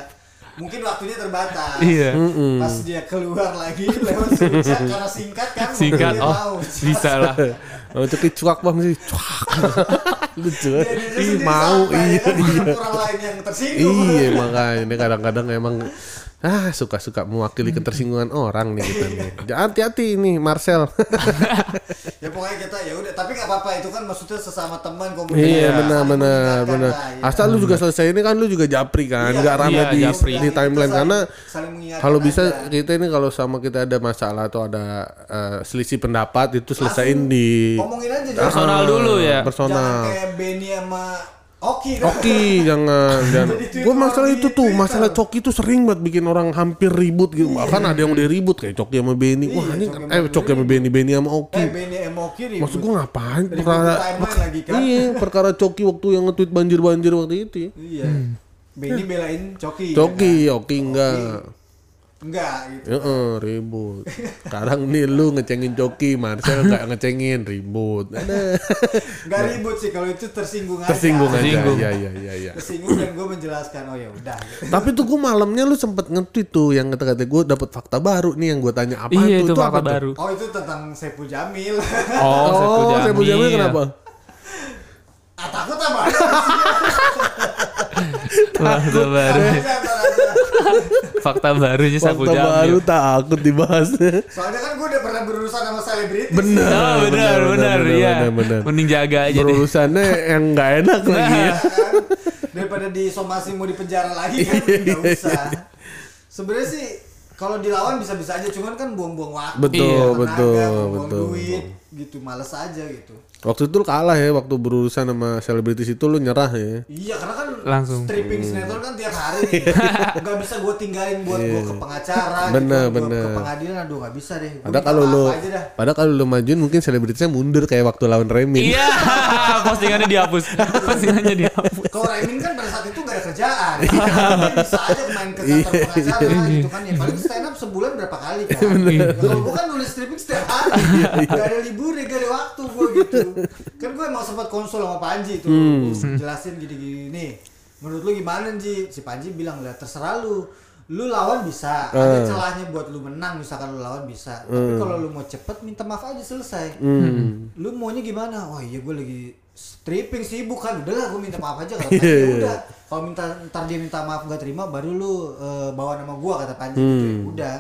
S1: Mungkin waktunya terbatas.
S3: Iya.
S2: Hmm.
S1: Pas dia keluar lagi lewat singkat karena singkat kan. mungkin
S3: Singkat
S1: dia
S3: oh
S1: mau.
S3: bisa lah.
S2: Lalu cuki cuak bang sih cuak lucu
S1: Dia-
S2: ya?
S1: dia
S2: Ih,
S1: sendiri
S2: mau
S1: santai,
S2: iya
S1: kan? Bukan Orang lain yang tersinggung.
S2: iya makanya ini kadang-kadang emang ah suka-suka mewakili ketersinggungan orang nih kita nih Jangan hati-hati nih Marcel
S1: Ya pokoknya kita ya udah, tapi nggak apa-apa itu kan maksudnya sesama teman komunikasi.
S2: Iya benar
S1: saling
S2: benar
S1: mengingatkan
S2: benar.
S1: lah, ya.
S2: Asal lu juga selesai ini kan lu juga japri kan,
S1: Iya,
S2: nggak rame
S3: iya,
S2: di,
S3: japri.
S2: di timeline
S1: Saling-
S2: karena
S1: saling mengingatkan
S2: kalau bisa
S1: aja.
S2: kita ini kalau sama kita ada masalah atau ada eh, selisih pendapat itu selesain di Ah,
S1: Ngomongin aja jangan-
S3: Personal dulu ya.
S1: Jangan
S2: personal.
S1: kayak Benny sama Oki kan.
S2: Oke, jangan jangan.
S1: Jadi
S2: Gue
S1: Twitter,
S2: masalah
S1: di
S2: itu tuh,
S1: Twitter.
S2: masalah Coki tuh sering banget bikin orang hampir ribut gitu. Bahkan ada yang udah ribut kayak Coki sama Benny. Wah,
S1: Iya.
S2: ini
S1: Coki sama
S2: eh Coki sama Benny, Benny sama Oki.
S1: Eh Benny sama Oki ribut.
S2: Maksud gue ngapain
S1: Ribut di
S2: perkara
S1: timeline lagi kan.
S2: Iya, perkara Coki waktu yang nge-tweet banjir-banjir waktu itu. ya.
S1: Iya. kan? Benny belain Coki.
S2: Coki, Oki enggak.
S1: Enggak gitu.
S2: Heeh, ribut. Sekarang nih lu ngecengin Coki, Marcel nggak ngecengin, ribut. Ada
S1: Enggak ribut sih kalau itu tersinggung aja.
S2: tersinggung aja.
S3: Tersinggung.
S2: Iya, iya, iya, iya.
S1: Tersinggung dan gue menjelaskan oh ya udah.
S2: Tapi tuh gue malamnya lu sempet nge-tweet tuh yang kata-kata gue dapat fakta baru nih yang gue tanya apa
S3: Iya
S2: tuh
S3: itu
S2: apa
S3: fakta
S2: tuh?
S3: baru.
S1: Oh itu tentang Sepu Jamil.
S3: Oh,
S2: Oh, saya
S3: Saiful
S2: punya
S3: Jamil
S2: kenapa?
S1: ah takut apa?
S3: Fakta baru.
S1: Aja, ntar aja.
S3: Fakta barunya
S2: Fakta
S3: Saiful Jamil.
S2: baru takut dibahas.
S1: Soalnya kan gue udah pernah berurusan sama selebritis.
S2: Bener,
S3: Oh, benar, benar, iya.
S2: benar, benar.
S3: Mending jaga aja deh.
S2: Berurusannya yang nggak enak lagi ya.
S1: kan? daripada disomasi mau dipenjara lagi kan
S2: Iya.
S1: nggak usah sebenarnya sih kalau dilawan bisa-bisa aja cuman kan buang-buang waktu
S2: Betul,
S1: tenaga,
S2: betul,
S1: buang-buang
S2: betul.
S1: duit gitu males aja gitu
S2: Waktu itu lu kalah ya, waktu berurusan sama selebritis itu lu nyerah ya.
S1: iya karena kan
S3: Langsung.
S1: stripping
S2: Hmm.
S1: sinetron kan tiap hari nih. nggak bisa gue tinggalin buat gue ke pengacara
S2: Iya. Bener,
S1: gitu, buat
S2: bener.
S1: ke pengadilan aduh nggak bisa deh Gua minta
S2: Padahal kalau
S1: maaf
S2: lu,
S1: aja dah.
S2: padahal kalau lu majuin mungkin selebritisnya mundur kayak waktu lawan Remin.
S3: Iya, postingannya dihapus. Postingannya dihapus.
S1: kalau Remin kan pada saat itu gak ada kerjaan Dia bisa aja main ke kantor
S2: Iya,
S1: pengacara gitu kan ya paling stand up sebulan berapa kali kan Ya,
S3: Iya,
S1: kalau gue kan nulis stripping setiap hari gak ada libur gak ada waktu gue gitu kan gue emang sempat konsul sama Panji tuh jelasin gini-gini nih menurut lu gimana Ji? si Panji bilang lah terserah lu lu lawan bisa ada celahnya buat lu menang misalkan lu lawan bisa tapi kalau lu mau cepet minta maaf aja selesai
S2: Hmm.
S1: lu maunya gimana wah iya gue lagi stripping sibuk kan udahlah gue minta maaf aja kata Panji
S2: Iya, iya.
S1: udah kalau minta ntar dia minta maaf nggak terima baru lu eh, bawa nama gua kata Panji
S2: Hmm.
S1: gitu ya. udah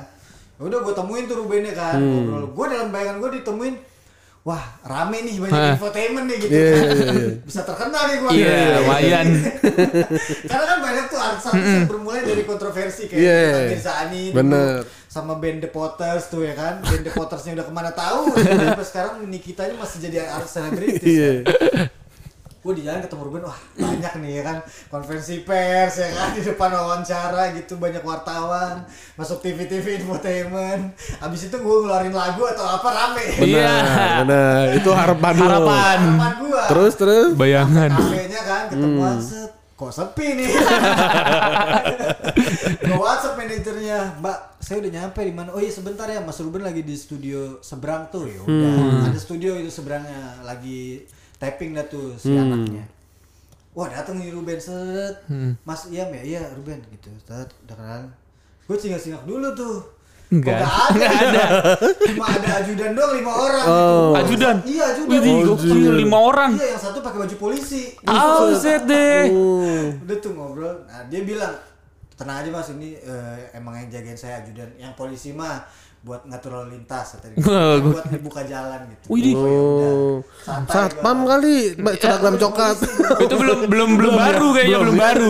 S1: Ya udah gue temuin tuh Rubennya kan ngobrol gue dalam bayangan gue ditemuin wah rame nih banyak
S3: Hah.
S1: infotainment nih gitu
S2: Iya,
S1: kan.
S2: iya, iya.
S1: bisa terkenal nih gue
S3: Iya, lumayan.
S1: karena kan banyak tuh artis-artis yang bermulai dari kontroversi kayak
S2: Iya.
S1: Tata Mirzani dulu
S2: Bener.
S1: sama band The Potters tuh ya kan band The Pottersnya udah kemana tahu sampai sekarang Nikitanya masih jadi artis selebritis
S2: Iya.
S1: kan gue di jalan ketemu Ruben wah banyak nih ya kan konferensi pers ya kan di depan wawancara gitu banyak wartawan masuk TV TV infotainment abis itu gue ngeluarin lagu atau apa rame
S3: Iya.
S2: Benar, benar. Itu harapan lu.
S3: Harapan.
S1: harapan gue
S2: Terus terus.
S3: Bayangan.
S1: kafenya kan ketemuan set kok sepi nih gue WhatsApp manajernya mbak saya udah nyampe di mana oh iya sebentar ya Mas Ruben lagi di studio seberang tuh ya udah ada studio itu seberangnya lagi tapping dah tuh si anaknya wah datang nih Ruben set Mas Iam ya iya Ruben gitu set udah kenalan gue singgah singak dulu tuh Kok
S3: Enggak.
S1: nggak ada. Cuma ada ajudan doang lima orang.
S2: Oh.
S1: gitu.
S3: Ajudan?
S1: Iya ajudan.
S3: Widih, Oh, gokil lima orang.
S1: Iya yang satu pakai baju polisi.
S3: Oh, set deh.
S2: Oh.
S1: Udah tuh ngobrol. Nah, dia bilang, "Tenang aja Mas, ini eh, emang yang jagain saya ajudan. Yang polisi mah buat ngatur lalu lintas kata dia.
S3: Wah,
S1: buat buka jalan gitu."
S3: Widih.
S1: Oh, ya udah.
S2: Oh.
S1: Santai
S2: Satpam
S1: gua.
S2: kali, Mbak seragam cokat.
S3: Itu belum belum belum baru kayaknya belum baru.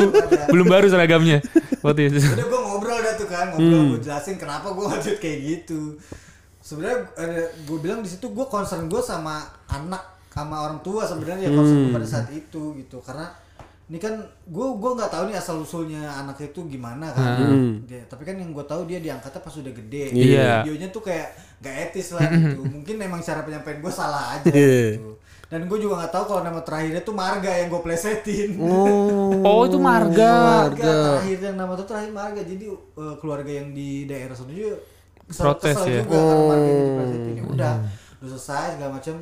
S3: Belum baru seragamnya. Waktu itu.
S2: Hmm.
S1: Udah gue ngobrol dah tuh kan, ngobrol gue jelasin kenapa gue lanjut kayak gitu. sebenarnya gue bilang di situ gue concern gue sama anak sama orang tua sebenarnya
S2: Hmm.
S1: concern gue pada saat itu gitu karena ini kan gue gue nggak tahu nih asal usulnya anak itu gimana kan
S2: Hmm.
S1: Dia- tapi kan yang gue tahu dia diangkatnya pas udah gede
S3: Iya.
S1: videonya tuh kayak nggak etis lah gitu mungkin emang cara penyampaian gue salah aja
S2: Iya.
S1: gitu dan gue juga nggak tahu kalau nama terakhirnya tuh Marga yang gue plesetin
S2: Oh.
S3: Oh itu marga.
S1: Marga terakhir yang nama tuh terakhir Marga jadi eh, keluarga yang di daerah sana juga kesel-
S3: Protes
S1: kesel
S3: ya? Hmm.
S1: juga karena Marga yang dipresetin. Ya udah udah selesai segala macam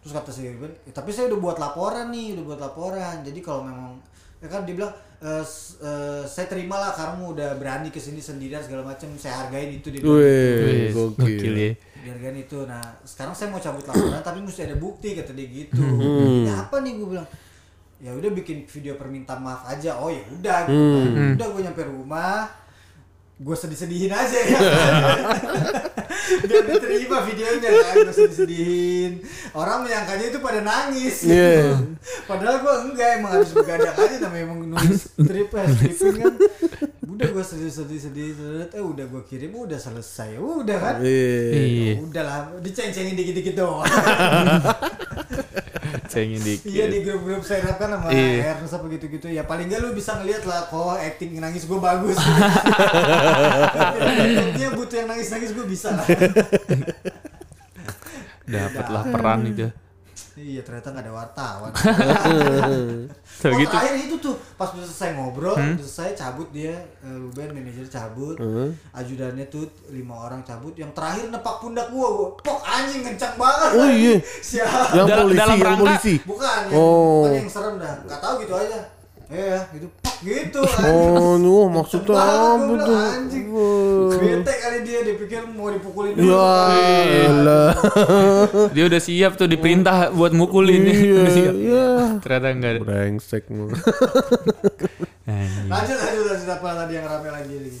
S1: terus kata si Irwin "Ya, tapi saya udah buat laporan nih udah buat laporan jadi kalau memang ya kan dia bilang "Eh, s- eh, saya terimalah kamu udah berani kesini sendirian segala macam saya hargain itu dia bilang.
S2: Wih,
S3: Wih,
S2: gokil.
S3: ya.
S1: Dihargain itu. Nah, sekarang saya mau cabut laporan tapi mesti ada bukti kata dia gitu. Ya apa nih gue bilang? Ya udah bikin video permintaan maaf aja. Oh ya udah gitu. kan. Udah gue nyampe rumah gue sedih-sedihin aja ya biar diterima videonya kan gue sedih-sedihin orang menyangkanya itu pada nangis gitu.
S2: Iya.
S1: padahal gue enggak emang harus begadang aja namanya emang nulis strip ya stripping kan udah gue sedih-sedih-sedih eh udah gue kirim udah selesai udah kan
S2: Wih.
S3: Iya,
S1: udahlah diceng-cengin dikit-dikit doang
S3: cengin dikit.
S1: iya di grup-grup saya kan sama
S3: Iya.
S1: Ernest apa gitu-gitu ya paling nggak lu bisa ngeliat lah kok acting nangis gue bagus dia butuh yang nangis-nangis gue bisa lah
S3: Dapat laporan itu.
S1: iya ternyata nggak ada wartawan
S3: So
S1: Oh,
S3: gitu.
S1: terakhir itu tuh pas udah selesai ngobrol, udah selesai cabut dia, eh, Ruben manajer cabut, ajudannya tuh lima orang cabut, yang terakhir nepak pundak gua, gua pok anjing kencang banget.
S2: Oh, iya.
S1: Siap.
S2: Yang
S3: Dalam-
S2: polisi,
S3: dalam
S2: yang
S3: rangka-
S2: polisi.
S1: Bukan, yang,
S2: Oh.
S1: bukan yang serem dah, nggak tahu gitu aja. Iya, gitu, pok gitu. anjing.
S2: Oh, nuh maksudnya
S1: Kenceng banget,
S2: apa
S1: gua bilang,
S2: tuh?
S1: anjing.
S2: Wah.
S1: Bete kali dia, dia pikir mau dipukulin dulu.
S2: Ya elah.
S1: ah.
S3: Dia udah siap tuh diperintah buat mukulin.
S2: Iya,
S3: Udah siap.
S2: iya.
S3: Ternyata enggak ada.
S2: Brengsek mah.
S3: Anjing.
S1: Lanjut, lanjut, lanjut apa tadi yang rame lagi? lagi.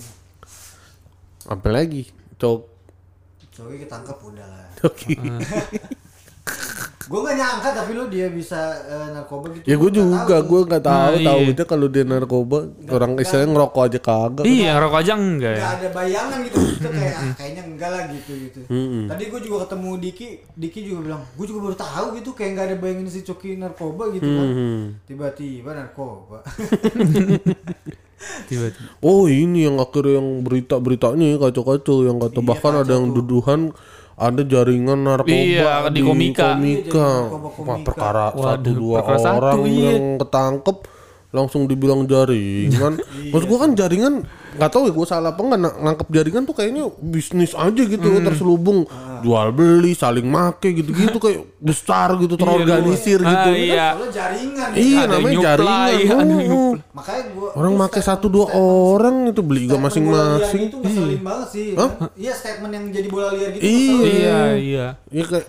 S2: Apa lagi? Cok.
S1: Cowoknya ketangkep udah lah.
S2: Oke.
S1: Gue gak nyangka tapi lu dia bisa eh, narkoba gitu.
S2: Ya gue
S1: Gua nggak
S2: juga,
S1: tahu.
S2: gue nggak tahu.
S3: Nah,
S2: tahu
S3: iya.
S2: aja kalau dia narkoba, orang istilahnya ngerokok aja kagak.
S3: Iya, rokok aja enggak ya.
S1: nggak ada bayangan gitu itu kayak ah, kayaknya enggak lah gitu gitu tadi gue juga ketemu Diki Diki juga bilang gue juga baru tahu gitu kayak nggak ada bayangin si Coki narkoba gitu kan
S2: Mm-hmm.
S1: tiba-tiba narkoba
S3: Tiba-tiba.
S2: Oh ini yang akhirnya yang berita-beritanya ya, kacau-kacau yang kata bahkan ada yang duduhan ada jaringan narkoba
S3: Iya,
S1: Iya,
S3: di Komika.
S2: Komika.
S1: jaringan narkoba
S2: Wah,
S1: Komika.
S2: perkara satu
S3: Waduh,
S2: dua
S3: perkara satu,
S2: orang
S3: iya.
S2: yang ketangkep langsung dibilang jaringan.
S3: Iya.
S2: Maksud gua kan jaringan nggak tahu ya gua salah apa nggak na- nangkep jaringan tuh kayaknya bisnis aja gitu
S3: Hmm.
S2: terselubung
S3: Ah.
S2: jual beli saling make gitu-gitu kayak besar gitu terorganisir
S3: Ah,
S2: gitu.
S3: iya.
S1: soalnya jaringan ya.
S2: Iya
S3: Ada yang
S2: namanya
S3: nyuplai,
S2: jaringan.
S3: ada yang
S2: oh, oh.
S3: nyuplai.
S1: makanya gue
S2: Orang make satu dua orang itu beli juga masing-masing.
S1: itu ngeselin banget sih kan? iya statement yang jadi bola liar gitu
S2: Iya.
S1: ngeselin.
S3: Iya, iya.
S2: Iya kayak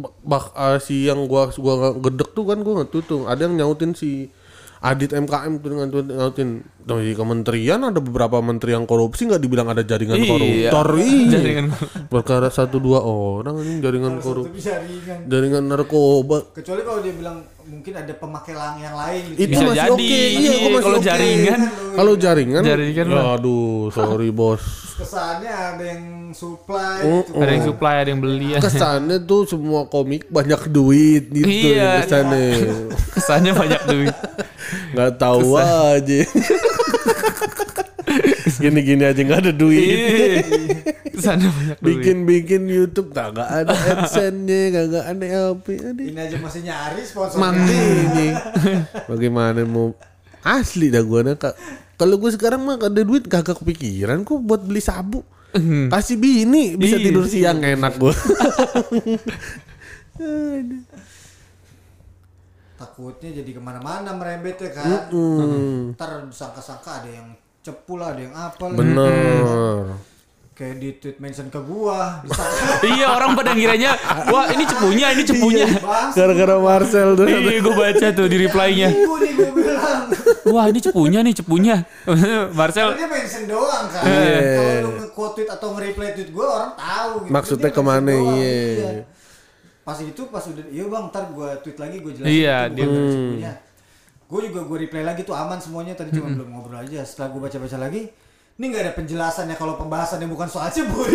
S2: ba- bah ah, si yang gua gua nggak gedek tuh kan gua nggak tutung. Ada yang nyautin si Adit MKM tuh dengan tuh nyautin dari kementerian ada beberapa menteri yang korupsi nggak dibilang ada jaringan
S3: Iya.
S2: koruptor. Iya.
S3: Jaringan
S2: Perkara satu dua orang ini
S1: Satu
S2: jaringan korupsi,
S1: jaringan
S2: jaringan narkoba.
S1: kecuali kalau dia bilang mungkin ada pemakai lang yang lain gitu
S2: Itu
S3: Bisa
S2: masih
S3: jadi.
S2: oke. Iya, gua
S3: Iya,
S2: masih
S3: kalau
S2: oke.
S3: jaringan-
S2: kalau jaringan,
S3: Jaringan
S2: ya,
S3: lah.
S2: aduh, sorry bos.
S1: kesannya ada yang supply
S2: Oh,
S1: gitu
S3: Ada yang supply, ada yang beli ya.
S2: Kesannya tuh semua komik banyak duit gitu
S3: Iya.
S2: kesannya.
S3: Kesannya banyak duit.
S2: nggak tahu aja gini-gini aja nggak ada duit
S3: Iya. Kesannya banyak duit.
S2: bikin-bikin YouTube tak nggak ada adsense-nya kagak ada LP aduh.
S1: ini aja masih nyari sponsor
S2: mandi ini bagaimana mau asli dah gua nih Kak. kalau gue sekarang mah ada duit kagak kepikiran kok buat beli sabu kasih bini bisa
S3: Iya.
S2: tidur siang enak gue
S1: takutnya jadi kemana-mana merembet ya kan ntar sangka-sangka ada yang cepu lah ada yang apa lah
S2: bener
S1: kayak di tweet mention ke gua bisa kan?
S3: Iya, orang pada ngiranya, wah ini cepunya, ini cepunya.
S1: bang
S2: gara-gara Marcel tuh
S3: Iya, gue baca tuh di reply-nya.
S1: minggu nih gua bilang
S3: Wah, ini cepunya nih, cepunya. Marcel,
S1: dia mention doang kan
S2: Iya.
S1: kalau lu nge-quote tweet atau nge-reply tweet gua orang tahu gitu
S2: Maksudnya
S1: Dia mention
S2: kemana,
S1: doang,
S2: iya.
S1: pas itu pas udah iya bang ntar gua tweet lagi gua jelasin
S3: Iya,
S1: itu
S3: dia-
S1: bukan
S2: Hmm.
S3: Hmm.
S1: cepunya gue juga gue replay lagi tuh aman semuanya tadi cuma belum ngobrol aja setelah gue baca-baca lagi Ini nggak ada penjelasannya kalau pembahasannya bukan soal cebur.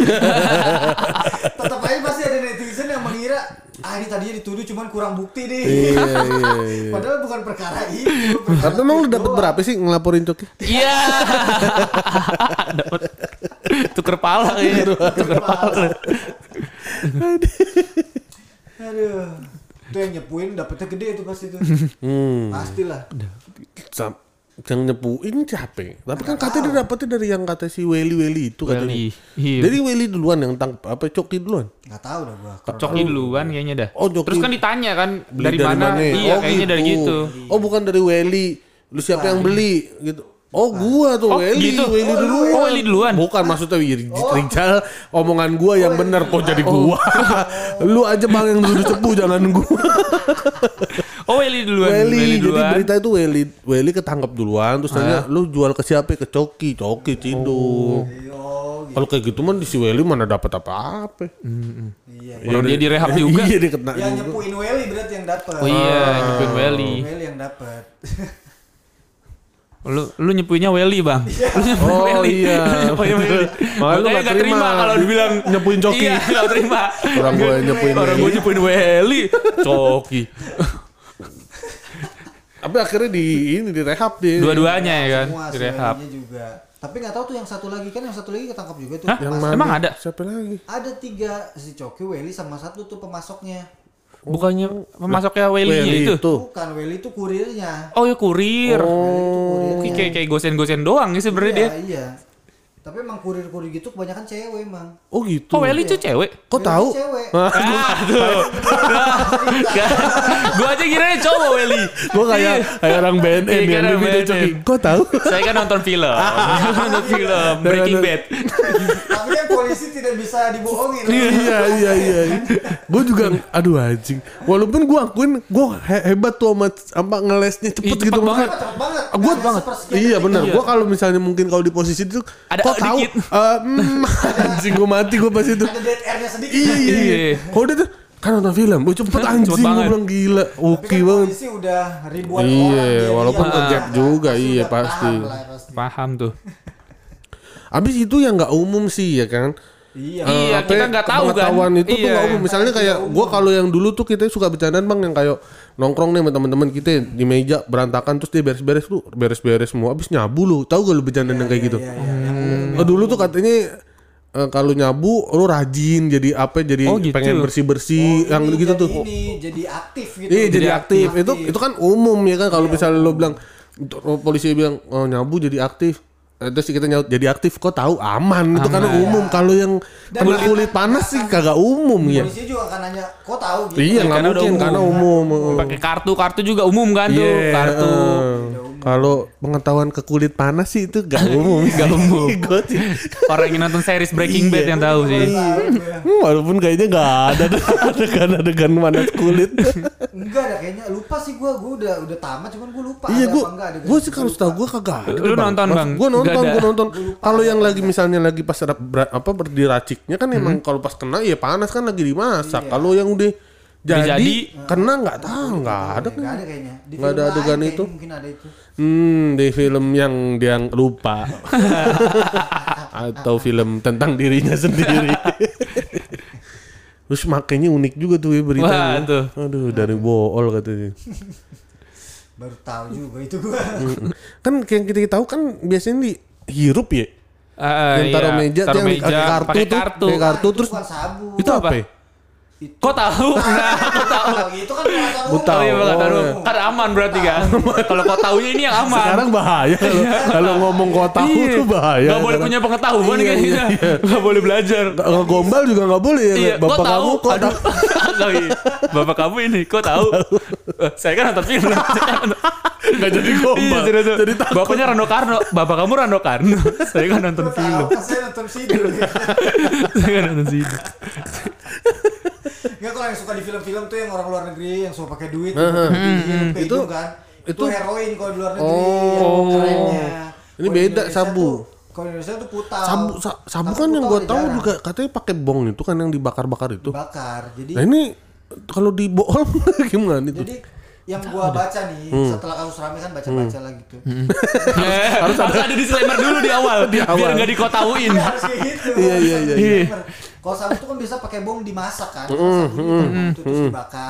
S1: Tetap aja pasti ada netizen yang mengira ah ini tadinya dituduh cuman kurang bukti nih.
S2: Iya, iya, iya.
S1: Padahal bukan perkara itu. perkara
S2: Tapi emang lu
S1: itu
S2: dapat
S1: doang.
S2: berapa sih ngelaporin Coki?
S3: Iya. Dapat tuker pala kayaknya. Tuker pala.
S1: Aduh. Itu yang nyepuin dapetnya gede itu pasti itu.
S2: Hmm.
S1: Pastilah.
S2: Sam- yang nyepuin capek. Tapi kan katanya dia dapetnya dari yang kata si Weli Weli itu katanya.
S3: Weli, iya.
S2: Jadi Weli duluan yang tangkap apa Coki duluan.
S1: Nggak tahu dah gua.
S3: Coki duluan kayaknya dah.
S2: Oh, Coki.
S3: Terus kan ditanya kan
S2: Beli
S3: dari, mana? Iya,
S2: Oh,
S3: kayaknya dari gitu.
S2: Oh, bukan dari Weli. Lu siapa yang beli gitu. Oh gua tuh
S3: Oh,
S2: Weli,
S3: gitu.
S2: Weli
S3: Oh, lu
S2: duluan.
S3: ya. Oh, Weli duluan.
S2: Bukan maksudnya Wi- Rijal omongan gua yang benar kok jadi gua. lu aja bang yang dulu cepu jangan gua.
S3: Oh, Weli duluan.
S2: Weli,
S3: Weli
S2: jadi
S3: duluan. Ah.
S2: berita itu Weli Weli ketangkep duluan terus nanya lu jual ke siapa ke Coki Coki Cindo
S1: Yo,
S3: Oh.
S1: gitu.
S2: kalau kayak gitu mah di si Weli mana dapat apa-apa
S1: Iya.
S3: Hmm, Orang dia direhab juga. Ya,
S2: iya dia kena
S1: Yang
S2: juga.
S1: nyepuin Welly berarti yang dapet.
S3: Oh iya,
S2: Ah.
S3: nyepuin Weli.
S1: Welly yang dapet.
S3: Lu lu nyepuinnya Weli, Bang. Lu nyepuin
S2: Oh, iya.
S3: Lu nyepuin Weli.
S2: Makanya lu
S3: Makanya
S2: nggak
S3: gak terima
S2: terima.
S3: kalau dibilang
S2: Nyepuin Coki.
S3: Iya, gak terima.
S2: orang gue nyepuin
S3: Orang
S2: Weli
S3: gue nyepuin Weli. Coki.
S2: tapi akhirnya di ini direhab dia
S3: Dua-duanya ya kan,
S1: Semua si
S3: direhab.
S1: Welly-nya juga. Tapi nggak tahu tuh yang satu lagi kan yang satu lagi ketangkap juga tuh.
S3: Hah?
S2: yang
S1: Pemasok.
S2: mana
S3: Emang ada?
S2: siapa lagi
S1: Ada tiga si Coki, Welly sama satu tuh pemasoknya.
S3: Bukannya pemasoknya Weli itu.
S2: itu
S1: Bukan Welly tuh kurirnya.
S3: Oh ya kurir.
S2: Oh.
S1: Welly tuh
S3: Oke,
S1: kurirnya.
S3: kayak kayak gosen-gosen doang ya sebenarnya
S1: iya,
S3: dia.
S1: Iya. Tapi emang kurir-kurir gitu kebanyakan cewek emang.
S2: oh gitu
S3: Kok Weli itu cewek?
S2: kok
S1: Welly
S2: tahu
S1: Cewek.
S3: Ah, tuh. gue aja kira cowok Weli.
S2: gue kayak kayak orang BNN
S3: Iya,
S2: yang
S3: kayak
S2: di
S3: orang
S2: video
S3: BNN.
S2: Coki kok tahu
S3: Saya kan nonton film. nonton film Breaking Bad.
S1: Tapi kan polisi tidak bisa dibohongin.
S2: iya iya iya gue juga aduh anjing walaupun gue akuin gue hebat tuh sama apa ngelesnya cepet
S3: Ih, cepet
S2: gitu
S3: banget.
S1: Cepet banget. Kan
S2: Ah, Gue
S1: Hanya
S2: banget.
S1: sepersekian
S2: Iya
S1: detik.
S2: benar. Gue kalau misalnya mungkin kalau di posisi itu,
S3: Ada
S2: kok tahu?
S3: dikit.
S2: Eh, mm, anjing gue mati gue pas itu.
S1: Ada dead airnya sedikit.
S2: Iya. iya,
S3: Iya.
S2: iya. Kalau dia tuh kan nonton film, gue cepet
S3: Cepet
S2: anjing gue
S3: banget.
S2: bilang gila,
S1: Tapi
S2: oke
S1: kan
S2: banget.
S1: polisi udah ribuan
S2: Iya,
S1: orang. dia
S2: walaupun
S1: lihat.
S2: kegap juga,
S1: Pasti
S2: iya,
S1: udah
S2: pasti.
S1: paham lah, pasti.
S3: Paham tuh.
S2: Abis itu yang nggak umum sih ya kan.
S1: Iya.
S2: Eh,
S3: Iya,
S2: apa,
S3: kita nggak tahu kan.
S2: pengetahuan itu tuh
S3: Iya.
S2: nggak umum. Misalnya kayak gue kalau yang dulu tuh kita suka bercandaan bang yang kayak nongkrong nih sama teman-teman kita di meja berantakan terus dia beres-beres lu beres-beres semua abis nyabu lu tahu gak lu bercandaan yang kayak gitu
S1: Iya, iya, iya.
S2: Oh, dulu tuh katanya eh, kalau nyabu lu rajin jadi apa jadi
S3: Oh, gitu. Oh, iya,
S2: pengen bersih-bersih yang
S1: Ini
S2: gitu
S1: jadi
S2: tuh.
S1: Ini jadi aktif gitu.
S2: Iya jadi
S3: Jadi
S2: aktif. Itu itu kan umum ya kan kalau misalnya lu bilang oh, polisi bilang oh, nyabu jadi aktif. Eh, Terus kita nyaut jadi aktif kok tahu aman, itu karena umum kalau yang kena kulit panas sih kagak umum ya.
S1: Polisi juga kan nanya, kok tahu gitu.
S2: Iya nggak
S3: karena udah
S2: mungkin
S3: umum.
S2: karena umum.
S3: Pakai kartu, kartu juga umum kan tuh.
S2: Iya,
S3: Kartu.
S2: eh. Kalau pengetahuan ke kulit panas sih itu gak umum.
S3: Gak umum.
S2: Gua sih-
S3: Orang yang nonton series
S2: Iya.
S3: Breaking Bad yang tahu sih.
S2: Hmm, walaupun kayaknya nggak ada tuh adegan-adegan panas kulit.
S1: Enggak ada kayaknya lupa sih gua, gua udah udah tamat cuman gua lupa
S2: iya
S1: ada
S2: gue,
S1: apa enggak ada. gitu.
S2: gue sih kalau setahu gue kagak ada.
S3: Lu nonton, Bang?
S2: Gue nonton,
S3: Nggak ada.
S2: gue nonton. Kalau yang lagi misalnya lagi pas ada ber- apa ber- diraciknya kan
S3: Hmm.
S2: emang kalau pas kena ya panas kan lagi
S1: Iya.
S2: dimasak. Kalau yang udah jadi,
S3: jadi.
S2: kena nggak tahu nggak ada kan?
S1: Enggak ada kayaknya. Di
S2: Nggak ada
S1: film lain
S2: adegan
S1: kayaknya
S2: itu.
S1: Mungkin ada itu.
S2: Hmm, di film yang dia lupa atau film tentang dirinya sendiri. Terus makanya unik juga tuh ya
S3: Wah,
S2: beritanya.
S3: tuh.
S2: Aduh, dari bool katanya.
S1: Baru tahu juga itu gua.
S2: kan kayak yang kita tahu kan biasanya dihirup ya.
S3: Ah,
S2: yang taruh
S3: iya.
S2: meja,
S3: Taruh
S2: yang pakai
S3: meja,
S2: kartu,
S3: pakai
S2: tuh,
S3: kartu.
S2: pakai kartu terus
S1: bukan sabu.
S3: Itu apa?
S2: ya?
S1: Itu
S3: Kok tahu? Nah,
S1: kalau gitu kan pengetahuan
S2: Gua
S1: umum.
S2: tahu.
S3: Tapi
S2: Oh,
S3: bakal taruh.
S2: iya.
S3: Kan aman berarti kan. Kalau kau taunya ini yang aman.
S2: Sekarang bahaya kalau kalau ngomong kok tahu
S3: Iya.
S2: tuh bahaya.
S3: Gak boleh punya pengetahuan
S2: Iya,
S3: kayaknya.
S2: iya.
S3: Gak boleh belajar.
S2: Nggak gombal juga nggak boleh ya.
S3: Iya,
S2: Bapak
S3: kok tahu?
S2: kamu kok
S3: Aduh.
S2: tahu?
S3: Nggak, iya. Bapak kamu ini, kok tahu? Eh, Saya kan nonton film.
S2: Nggak jadi
S3: Iya,
S2: gombal.
S3: serius tuh.
S2: jadi takut.
S3: Bapaknya Rano Karno. Bapak kamu Rano Karno. Saya kan
S1: Gua
S3: nonton
S1: tahu,
S3: film.
S1: kan saya nonton sidul.
S3: Saya kan nonton film.
S1: Enggak kalau yang suka di film-film tuh yang orang luar negeri yang suka pakai duit Iya, pakai
S2: Hmm, Itu-
S1: hidung kan. Itu
S2: itu-
S1: heroin kalau di luar negeri.
S2: Oh.
S1: yang kerennya.
S2: Ini
S1: Kalau di
S2: beda,
S1: Indonesia
S2: sabu.
S1: tuh- Kalau di Indonesia tuh putal.
S2: Sabu, sa- sabu
S1: Tapi
S2: kan
S1: putal
S2: yang gue
S1: udah
S2: tahu
S1: jarang.
S2: juga katanya pakai bong itu kan yang dibakar-bakar itu.
S1: bakar. Jadi
S2: Nah ini kalau dibohong gimana itu?
S1: jadi yang gua baca nih
S2: Hmm.
S1: setelah kasus rame kan baca-baca lah gitu.
S3: Eh, harus, ada. disclaimer dulu di awal, biar
S2: awal.
S3: nggak dikotauin.
S1: Ya, harus kayak gitu.
S2: Iya, iya, iya,
S3: iya.
S1: Kalau sabu itu kan biasa pakai bom dimasak kan. Masak bunyi kan, bom itu terus dibakar.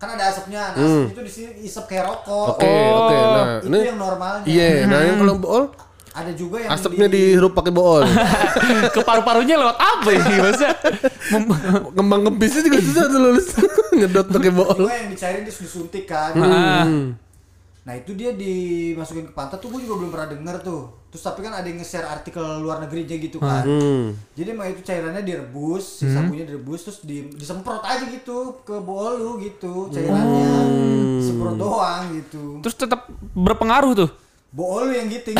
S1: Kan ada asapnya, nah, asap itu di sini isep kayak rokok.
S2: Mm. Oke, oke. Nah,
S1: Itu
S2: ini
S1: yang normalnya.
S2: iya. Nah, yang kalau bool,
S1: Ada juga yang
S2: asapnya dihirup pakai bool.
S3: ke paru-parunya lewat apa ini masa Mem-
S2: Kembang kempisnya juga susah tuh lulus. Ngedot pakai bool.
S1: juga yang dicairin terus disuntik kan.
S3: Ah,
S1: Nah itu dia dimasukin ke pantat tuh gue juga belum pernah denger tuh. Terus tapi kan ada yang nge-share artikel luar negerinya gitu kan. Jadi mah itu cairannya direbus, si sabunya direbus terus di- disemprot aja gitu ke bool lu gitu cairannya. Disemprot doang gitu.
S3: terus tetap berpengaruh tuh
S1: Bool lu yang gitu.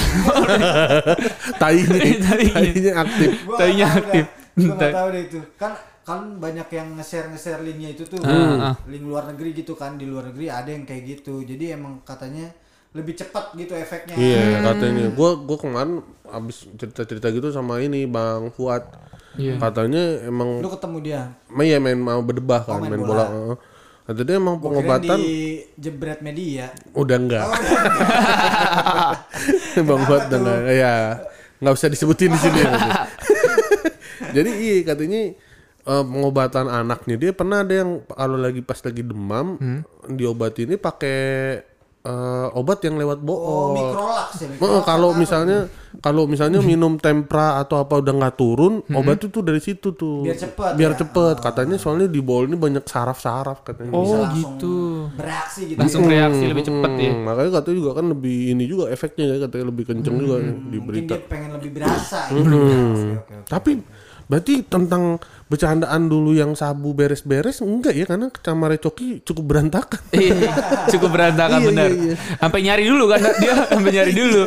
S2: Iya, Tainya,
S3: Tainya.
S2: tainya aktif.
S1: Gua nggak
S3: Tainya
S1: tahu dah.
S3: aktif.
S1: Gua nggak
S3: Tai.
S1: tahu deh itu. Kan kan banyak yang nge-share nge-share linknya itu tuh.
S3: Ah, ah.
S1: Link luar negeri gitu kan. Di luar negeri ada yang kayak gitu. Jadi emang katanya lebih cepat gitu efeknya.
S2: Iya katanya. Gue gue kemarin abis cerita-cerita gitu sama ini Bang Fuad.
S3: Iya.
S2: Katanya emang
S1: Lu ketemu dia.
S2: main ya main mau berdebah
S1: Oh,
S2: kan,
S1: main
S2: main, bola.
S1: bola.
S2: heeh. Kata dia
S1: Gua
S2: emang
S1: kirain
S2: pengobatan
S1: di jebret media.
S2: udah enggak.
S1: Oh, udah. Oh.
S2: Bang Fuad
S1: tuh?
S2: enggak. Ya nggak usah disebutin di sini. katanya. Jadi iya katanya eh, pengobatan anaknya dia pernah ada yang kalau lagi pas lagi demam diobati ini pakai eh, obat yang lewat
S1: oh,
S2: bool.
S1: mikrolax ya.
S2: Heeh,
S3: Oh,
S1: Mikrolax
S2: kalau
S1: apa?
S2: misalnya kalau misalnya minum tempra atau apa udah nggak turun obat itu tuh dari situ tuh
S1: Biar cepet
S2: biar
S1: ya?
S2: cepet katanya soalnya di bowl ini banyak saraf-saraf katanya
S3: Oh,
S1: Bisa langsung
S3: gitu.
S1: Beraksi gitu.
S3: langsung
S1: ya.
S3: reaksi lebih cepet ya
S2: Hmm, makanya katanya juga kan lebih ini juga efeknya ya katanya lebih kenceng juga ya, di
S1: Mungkin
S2: berita
S1: dia pengen lebih berasa gitu. Oke, oke, oke.
S2: tapi berarti tentang bercandaan dulu yang sabu beres-beres enggak ya karena kamar Coki cukup berantakan
S3: Iya, cukup berantakan
S2: Iya,
S3: benar
S2: iya, iya.
S3: sampai nyari dulu kan dia sampai nyari dulu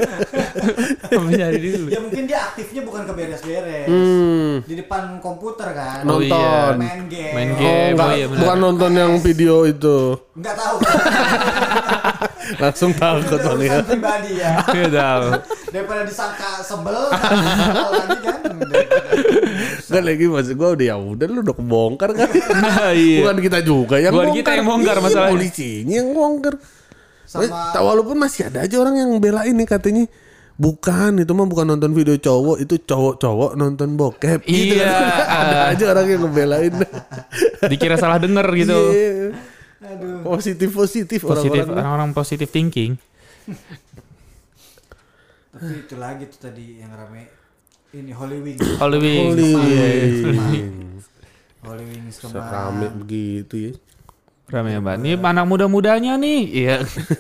S3: sampai nyari dulu
S1: Ya mungkin dia aktifnya bukan ke beres-beres. Di depan komputer kan.
S2: Oh, iya. Nonton.
S1: Main game.
S3: Mm. Main
S2: Oh,
S3: game
S2: enggak,
S3: oh, iya benar
S2: bukan nonton yang video itu
S1: Enggak tahu.
S2: langsung takut
S1: Itu
S2: Bang, ya
S1: urusan pribadi ya.
S3: Iya tahu
S1: Daripada disangka sebel kan. Kalau lagi kan. daripada-
S2: Enggak lagi maksud gue udah ya udah lu udah kebongkar kan
S3: iya
S2: bukan kita juga yang
S3: Bukan kita yang bongkar
S2: Iya,
S3: masalahnya.
S2: polisinya yang bongkar
S1: Sama-
S2: Eh, walaupun masih ada aja orang yang bela ini katanya bukan itu mah bukan nonton video cowok itu cowok-cowok nonton bokep gitu
S3: Iya.
S2: kan. ada aja orang yang ngebelain
S3: dikira salah denger gitu
S2: Iya.
S1: Aduh.
S2: positif positif
S3: positif
S2: orang-orang
S3: orang-orang positif thinking
S1: Tapi itu lagi tuh tadi yang rame. Ini Holy Wings.
S3: Holy Iya. Wings.
S2: Holy
S1: Wings. Holy Wings
S2: Iya. rame
S1: kemarin.
S2: begitu ya
S3: Rame banget. Nih anak muda-mudanya nih. Iya.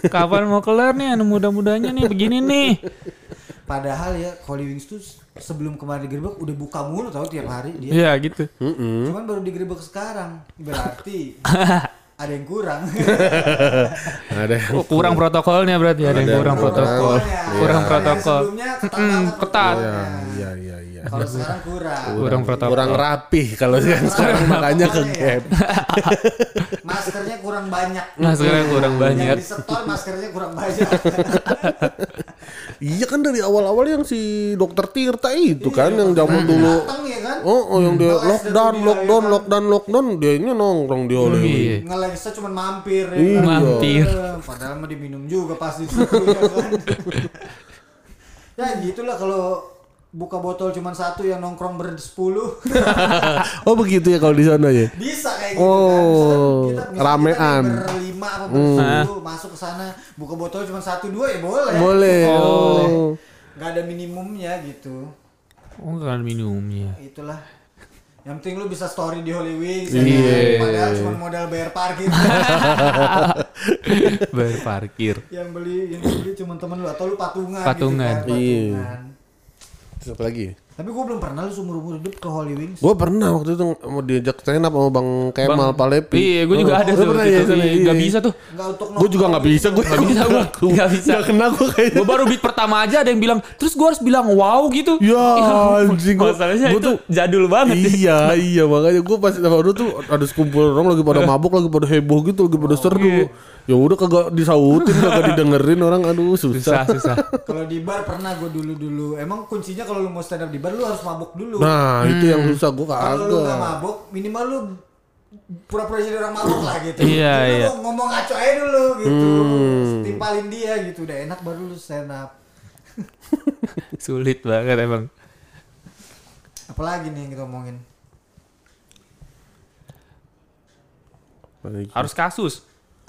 S3: Kapan mau kelar nih anak muda-mudanya nih begini nih.
S1: Padahal ya Holy Wings tuh sebelum kemarin digerebek udah buka mulu tau tiap hari dia.
S3: Iya gitu.
S1: Cuman baru digerebek sekarang. Berarti ada yang kurang.
S2: ada yang
S3: Oh, kurang protokolnya berarti ya, ada yang kurang
S2: yang
S3: protokol.
S1: protokolnya.
S3: Kurang
S1: Yang
S3: protokol.
S1: sebelumnya ketat
S3: Mm,
S1: banget
S3: ketat.
S1: protokolnya.
S2: iya iya iya
S1: Kalau sekarang kurang.
S3: Kurang protokol.
S2: kurang rapi kalau yang sekarang makanya ke gap
S1: Maskernya kurang banyak.
S3: Maskernya kurang banyak.
S1: Yang disetor maskernya kurang banyak.
S2: Iya kan dari awal-awal yang si dokter Tirta itu kan yang
S3: Iya.
S2: zaman dulu.
S1: Dateng ya kan?
S2: Oh, oh, yang dia
S1: Ngeles
S2: lockdown,
S1: dari dia,
S2: lockdown,
S1: ya kan?
S2: lockdown, lockdown, dia ini nongkrong di oleh.
S3: Iya.
S1: Ngelesnya cuma mampir. ya
S2: Iya.
S1: kan?
S3: Mampir.
S1: Eh, Padahal mah diminum juga pasti. ya kan? ya gitulah kalau buka botol cuma satu yang nongkrong bersepuluh
S2: Oh begitu ya kalau di sana ya.
S1: bisa kayak gitu kan
S2: Oh,
S1: Misalkan misalkan
S2: ramean.
S1: kita nih berlima apa bersepuluh
S3: Hmm.
S1: masuk ke sana buka botol cuma satu dua ya boleh
S2: Boleh.
S3: Oh.
S2: Oh.
S1: nggak ada minimumnya gitu
S3: Oh, enggak ada minumnya.
S1: itulah yang penting lu bisa story di Holy Wings
S2: Iya.
S1: padahal cuma modal bayar parkir
S3: Bayar parkir.
S1: yang beli yang beli cuma temen lu atau lu patungan
S3: Patungan.
S1: gitu kan,
S2: Iya.
S1: patungan.
S2: Terus apa lagi?
S1: tapi gue belum pernah lu seumur umur hidup ke Holy Wings
S2: Gue pernah waktu itu mau diajak stand up sama Bang Kemal Palepi.
S3: Iya, gue juga
S2: Oh,
S3: ada
S2: lu
S3: tuh.
S2: pernah ya
S3: waktu itu.
S2: sana?
S3: Iya, Nggak bisa tuh.
S1: nggak untuk
S2: Gue juga nggak bisa, gue
S3: Nggak bisa gua. Nggak bisa.
S2: Nggak kena gue kayaknya.
S3: Gue baru beat pertama aja ada yang bilang, terus gue harus bilang wow gitu.
S2: Ya,
S3: ampun.
S2: anjing, gua-
S3: Masalahnya
S2: gua
S3: itu
S2: tuh-
S3: jadul banget. ya.
S2: iya iya makanya gue pas baru tuh ada sekumpul orang lagi pada mabuk lagi pada heboh gitu lagi pada seru ya udah kagak disautin kagak didengerin orang aduh susah,
S3: Susah, susah.
S1: kalau di bar pernah gue dulu dulu emang kuncinya kalau lu mau stand up di bar lu harus mabuk dulu
S3: Hmm.
S2: nah itu Nah, yang susah gue
S1: kalau lu
S2: kagak
S1: nggak mabuk minimal lu pura-pura jadi orang mabuk lah gitu.
S3: Iya,
S1: Jadi lu
S3: iya.
S1: Ngomong ngaco aja dulu gitu. Timpalin dia gitu udah enak baru lu stand up.
S3: Sulit banget emang.
S1: Apalagi nih yang kita omongin.
S2: Apalagi.
S3: Harus kasus.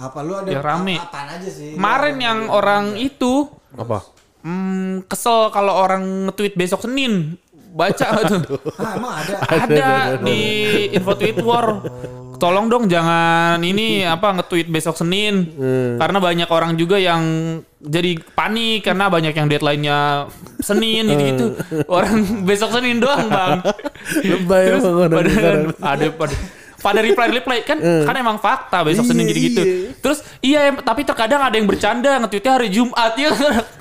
S1: Apa lu ada
S3: Yang Ya, rame.
S1: apa- apaan aja sih?
S3: Kemarin yang orang itu
S2: apa?
S3: hmm, kesel kalau orang nge-tweet besok Senin. Baca nggak tuh?
S1: Ah, emang ada.
S3: Ada di info tweet war. Tolong dong jangan ini apa nge-tweet besok Senin.
S2: Hmm.
S3: Karena banyak orang juga yang jadi panik karena banyak yang deadline-nya Senin gitu-gitu. Orang besok Senin doang, Bang.
S2: Hmm. Lebay
S3: Terus
S2: emang orang
S3: pada,
S2: sekarang. Hmm.
S3: ada pada pada reply reply kan kan emang fakta besok
S2: Iya,
S3: Senin gitu-gitu.
S2: iya.
S3: Terus iya em- tapi terkadang ada yang bercanda nge-tweetnya hari Jumat
S2: Ya,
S3: ya.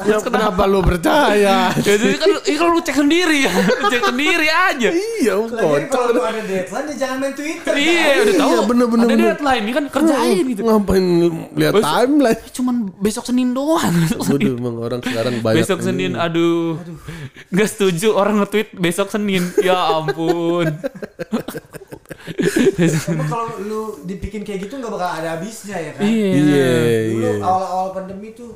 S3: Terus
S2: kenapa lu percaya?
S3: Ya, jadi kan lu- ya, kan lu cek sendiri ya, Lu cek sendiri aja.
S2: iya,
S1: Lagi kan
S2: kocak.
S1: kalau lu ada deadline ya jangan main Twitter.
S3: Iya,
S1: kan?
S3: udah tahu.
S2: Iya, bener, bener,
S3: Ada
S2: bener.
S3: deadline ini kan kerjain gitu.
S2: Ngapain lihat
S3: Besok-
S2: timeline?
S3: Cuman besok Senin doang. Besok Senin.
S2: Waduh, emang orang sekarang banyak.
S3: Besok
S2: ini.
S3: Senin, ah, aduh. Gak setuju orang nge-tweet besok Senin. Ya ampun. Besok-
S1: Emang kalau lu dibikin kayak gitu nggak bakal ada habisnya ya kan?
S3: Iya.
S2: Iya,
S1: Dulu
S2: iya.
S1: awal-awal pandemi tuh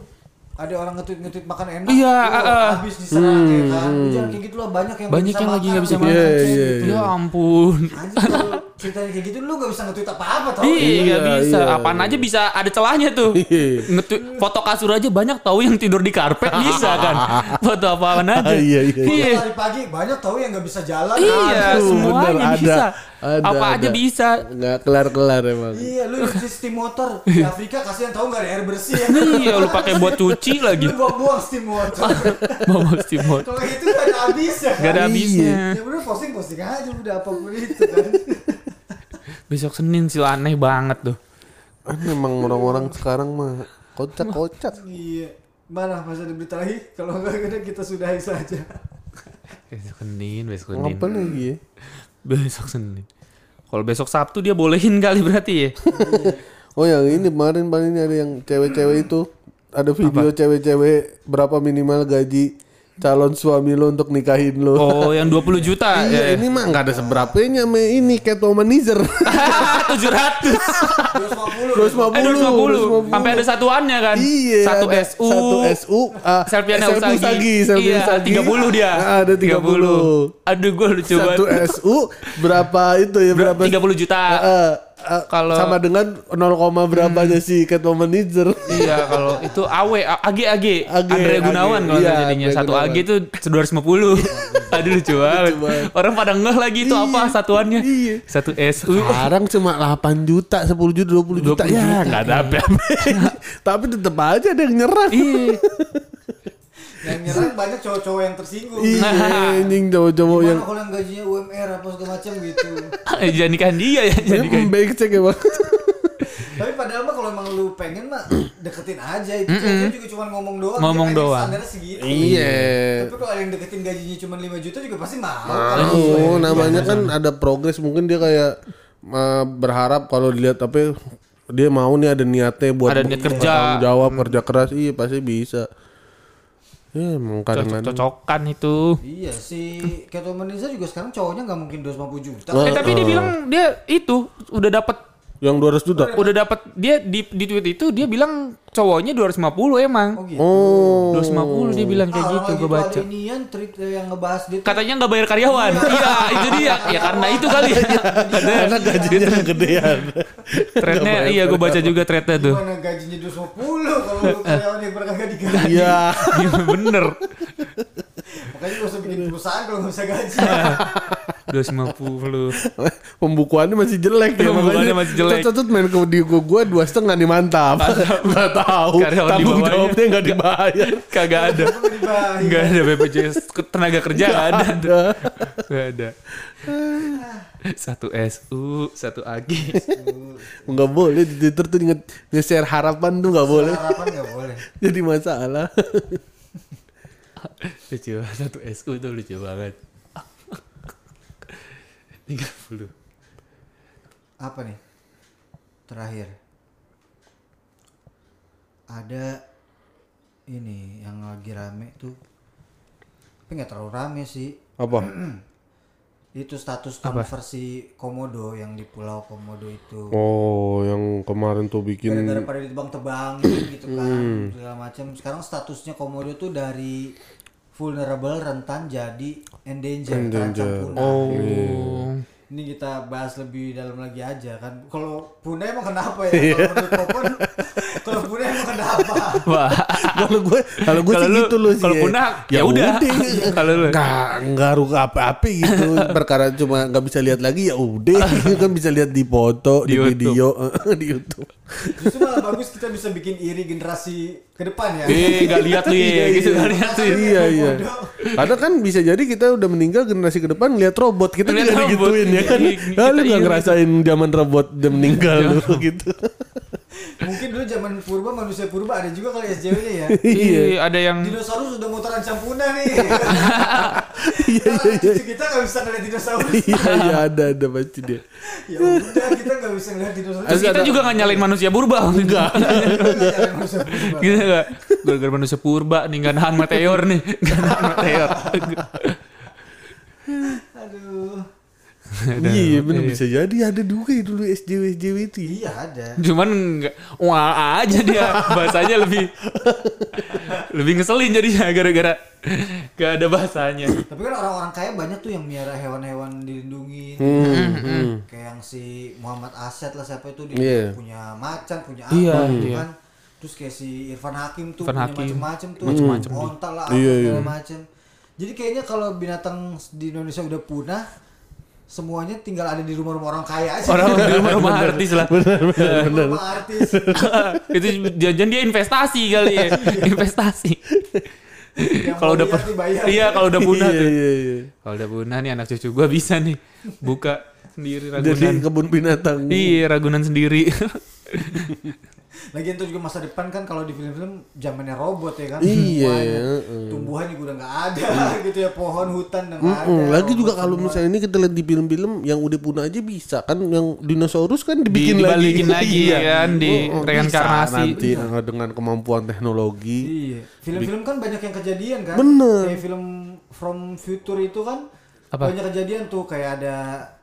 S1: ada orang ngetweet ngetweet makan enak.
S3: Iya,
S1: wah,
S3: ah, ah.
S1: habis diserang ya kan. Lu jangan kayak gitu lah banyak yang
S3: Banyak yang lagi nggak bisa
S1: gitu.
S3: makan.
S2: Iya, Hmm. iya, iya.
S3: Ya ampun.
S1: Anjir, kalau ceritanya kayak gitu lu nggak bisa ngetweet apa-apa tau.
S3: Iya, nggak
S2: Iya,
S3: bisa.
S2: iya.
S3: Apaan aja bisa ada celahnya tuh.
S2: Iya.
S3: Nge-tweet- foto kasur aja banyak tahu yang tidur di karpet bisa kan. Foto apaan aja.
S2: Iya, iya, iya.
S1: Iya. Pagi-pagi banyak tau yang nggak bisa jalan. kan?
S3: Iya,
S2: Aduh,
S3: semuanya
S2: bener, ada,
S3: bisa.
S2: ada,
S3: Apa aja
S2: ada.
S3: bisa.
S2: Nggak kelar-kelar emang.
S1: Iya, lu cuci steam water di Afrika kasihan tahu nggak ada air bersih ya.
S3: Iya, lu pakai buat cuci lagi.
S1: Lu buang-buang steam water.
S3: Bawa steam water.
S1: Kalau gitu nggak ada habisnya.
S3: Gak ada
S2: Iya.
S3: habisnya.
S1: Ya udah posting posting aja udah apapun itu kan.
S3: Besok Senin sih aneh banget tuh.
S2: Ah, Emang orang-orang sekarang mah kocak-kocak.
S1: Iya. Mana masih ada berita lagi? Kalau enggak udah kita sudahi saja.
S3: Besok Senin, besok Senin.
S2: Ngapain lagi ya?
S3: Besok Senin. Kalau besok Sabtu dia bolehin kali berarti ya.
S2: Oh yang ini kemarin paling ada yang cewek-cewek itu ada video cewek-cewek berapa minimal gaji calon suami lo untuk nikahin lo.
S3: Oh, yang 20 juta.
S2: iya
S3: ya.
S2: ini mah nggak ada seberapanya me ini catwomanizer
S3: Eh, 700.
S1: 250.
S2: 250 250.
S3: Eh, 250. Sampai ada satuannya kan.
S2: Iya,
S3: Satu
S2: ada
S3: SU.
S2: satu SU, ah,
S3: Selviana
S2: Selvi
S3: Usagi.
S2: Usagi, Selvi
S3: iya,
S2: Usagi.
S3: 30 dia.
S2: Ah, ada 30.
S3: Aduh, gue lucu
S2: satu
S3: banget.
S2: SU berapa itu ya berapa?
S3: 30 juta.
S2: Eh, eh, eh,
S3: Kalau- Hmm.
S2: sama dengan 0, berapanya si catwomanizer.
S3: Iya, kalau itu AW, A- AG, AG.
S2: AG,
S3: Andre Gunawan
S2: AG.
S3: kalau
S2: Iya,
S3: nggak jadinya.
S2: Andre
S3: Satu
S2: Gunawan. Iya.
S3: AG itu 250. Aduh, lucu banget. Orang pada ngeh lagi itu apa satuannya.
S2: Iya.
S3: Satu SU.
S2: Sekarang cuma 8 juta, 10 juta, 20 juta.
S3: 20 juta.
S2: Ya, nggak ada apa-apa. Tapi tetap aja ada yang nyerang.
S1: Yang
S3: Iya.
S1: nyerang banyak cowok-cowok yang tersinggung.
S2: Iya, Oh, anjing cowok-cowok
S1: Gimana
S3: Iya,
S2: yang
S1: kalau yang gajinya UMR apa segala macam gitu.
S3: Eh, Jangan nikahin dia
S2: Iya.
S3: ya. Jangan nikahin.
S2: baik cek ya bang.
S3: Iya.
S1: Tapi padahal mah kalau emang lu pengen mah deketin aja itu. Cewek juga cuma ngomong doang. dia
S3: Ngomong
S1: pengen
S3: doang.
S1: Standarnya segitu.
S2: Iya.
S1: Tapi kalau ada yang deketin gajinya cuma 5 juta juga pasti mau.
S3: Iya,
S2: Oh, namanya kan ada progres mungkin dia kayak eh, berharap kalau dilihat tapi dia mau nih ada niatnya buat
S3: Ada niat iya. Hmm. kerja.
S2: bertanggung jawab kerja keras iya pasti bisa ya emang kadang-kadang
S3: Cocok-cocokan itu.
S1: Iya si Ketomaniza juga sekarang cowoknya nggak mungkin 250 juta.
S2: Iya.
S3: Eh, tapi dia bilang dia itu udah dapat
S2: yang 200 juta
S3: udah dapat dia di di tweet itu dia bilang cowoknya 250
S1: Oh
S3: emang.
S1: gitu.
S2: oh
S3: 250 dia bilang
S1: Ah,
S3: kayak
S1: orang
S3: gitu
S1: lagi
S3: gue
S1: tuh
S3: baca.
S1: Ada inian tweet eh, yang ngebahas dia. tuh.
S3: Katanya nggak bayar karyawan. Iya, itu dia. Ya karena itu kali.
S2: karena gajinya kegedean
S3: Threadnya iya gue baca juga threadnya tuh.
S1: Gimana gajinya 250 kalau lu karyawannya berkagak digaji.
S2: iya
S3: Iya, Bener.
S1: Makanya gak usah bikin perusahaan kalau gak usah gaji.
S3: 250.
S2: pembukuannya masih jelek ya
S3: Pembukuannya
S2: makanya
S3: masih jelek.
S2: Cocot main ke di gua gua dua setengah nih mantap nggak tahu
S3: Karyawan di
S2: tanggung
S3: bawahnya.
S2: jawabnya nggak dibayar
S3: Kagak ada.
S1: Gua dibayar.
S3: Gak ada BPJS ke- tenaga kerja gak ada. Gak ada. Satu SU, satu AG.
S2: nggak boleh di Twitter tuh nge- nge-share harapan tuh nggak boleh
S1: Harapan gak boleh.
S2: jadi masalah
S3: lucu banget, satu SU itu lucu banget. 30.
S1: Apa nih? Terakhir. Ada ini yang lagi rame tuh. Tapi gak terlalu rame sih.
S2: apa
S1: itu status konversi komodo yang di pulau komodo itu
S2: Oh, yang kemarin tuh bikin
S1: gara-gara pada ditebang-tebang gitu kan
S2: Hmm.
S1: segala macam sekarang statusnya komodo tuh dari vulnerable rentan jadi endangered, terancam
S2: Endangered.
S1: punah. gitu.
S2: Oh.
S1: ini kita bahas lebih dalam lagi aja kan kalau punah emang kenapa ya kalau menurut Popon kalau punah emang kenapa
S3: Wah.
S2: kalau gue kalau gue sih
S3: Kalau lu-
S2: gitu loh sih.
S3: kalau punah, ya udah. Kalau lu.
S2: nggak ngaruh ke apa-apa gitu. Perkara cuma nggak bisa lihat lagi ya udah. kan bisa lihat di foto, di,
S3: Di
S2: video, di YouTube.
S1: justru malah bagus kita bisa bikin iri generasi ke depan ya
S3: Eh, gak lihat lu ya. Gitu gak lihat lu. ya.
S2: Iya iya.
S1: Bodoh.
S2: Karena kan bisa jadi kita udah meninggal generasi ke depan lihat robot kita
S3: Lihat
S2: juga
S3: robot.
S2: digituin ya kan.
S3: Iya,
S2: Ah, lu nggak
S3: kita iya.
S2: ngerasain zaman robot udah meninggal lu gitu.
S1: mungkin dulu zaman purba manusia purba ada juga kali SJW nya ya
S2: Iya.
S3: Ih, ada yang
S1: dinosaurus sudah mau terancam punah nih Karena cucu kita nggak bisa ngeliat dinosaurus
S2: Iya iya ada ada pasti dia.
S1: ya udah kita nggak bisa ngeliat dinosaurus
S3: Terus kita juga gak nyalain manusia purba Enggak
S1: Kita nggak nyalain manusia purba.
S3: Gitu gak Gara-gara manusia purba nih Gak nahan meteor nih Gak nahan meteor
S1: aduh
S2: Iya benar bisa jadi ada juga ya dulu SJW SJW itu. ya.
S1: iya ada
S3: Cuman nggak Wah aja dia Bahasanya lebih Lebih ngeselin jadinya Gara-gara Gak ada bahasanya
S1: tapi kan orang-orang kaya banyak tuh yang miara hewan-hewan dilindungi
S3: Hmm,
S1: kayak yang si Muhammad Asyad lah siapa itu dia
S2: Iya.
S1: punya macan punya apa
S3: Iya,
S1: gitu
S3: iya.
S1: kan terus kayak si Irfan Hakim tuh
S3: Irfan
S1: punya
S3: Hakim.
S1: macem-macem tuh
S3: Macem-macem dia.
S1: ontak lah apa
S2: Iya, iya.
S1: segala macem jadi kayaknya kalau binatang di Indonesia udah punah semuanya tinggal ada di rumah-rumah orang kaya aja
S3: Orang di rumah-rumah artis lah Ah,
S1: rumah artis
S3: Itu jangan dia investasi kali ya Investasi
S1: Yang
S3: Kalau
S1: mau
S3: udah
S1: lihat dibayar.
S3: Iya kalau udah punah
S2: Iya,
S3: tuh
S2: iya, iya.
S3: Kalau udah punah nih anak cucu gua bisa nih Buka sendiri
S2: Jadi
S3: ragunan
S2: kebun binatang.
S3: Iya ragunan sendiri
S1: Lagian itu juga masa depan kan kalau di film-film zamannya robot ya kan.
S2: Iya,
S1: Tumbuhan-
S2: heeh. Iya.
S1: Tumbuhan juga udah nggak ada gitu ya pohon hutan udah nggak ada.
S2: Mm-mm. Hmm, Lagi
S1: robot
S2: juga kalau
S1: semua.
S2: misalnya ini kita lihat di film-film yang udah punah aja bisa kan yang dinosaurus kan dibikin
S3: Di-
S2: lagi.
S3: dibalikin lagi,
S2: Iya.
S3: kan, di
S2: Oh, oh, bisa
S3: reinkarnasi.
S2: nanti eh, dengan kemampuan teknologi.
S1: Iya. Film-film kan banyak yang kejadian kan.
S2: Bener.
S1: Kayak film From Future itu kan
S3: Apa?
S1: banyak kejadian tuh kayak ada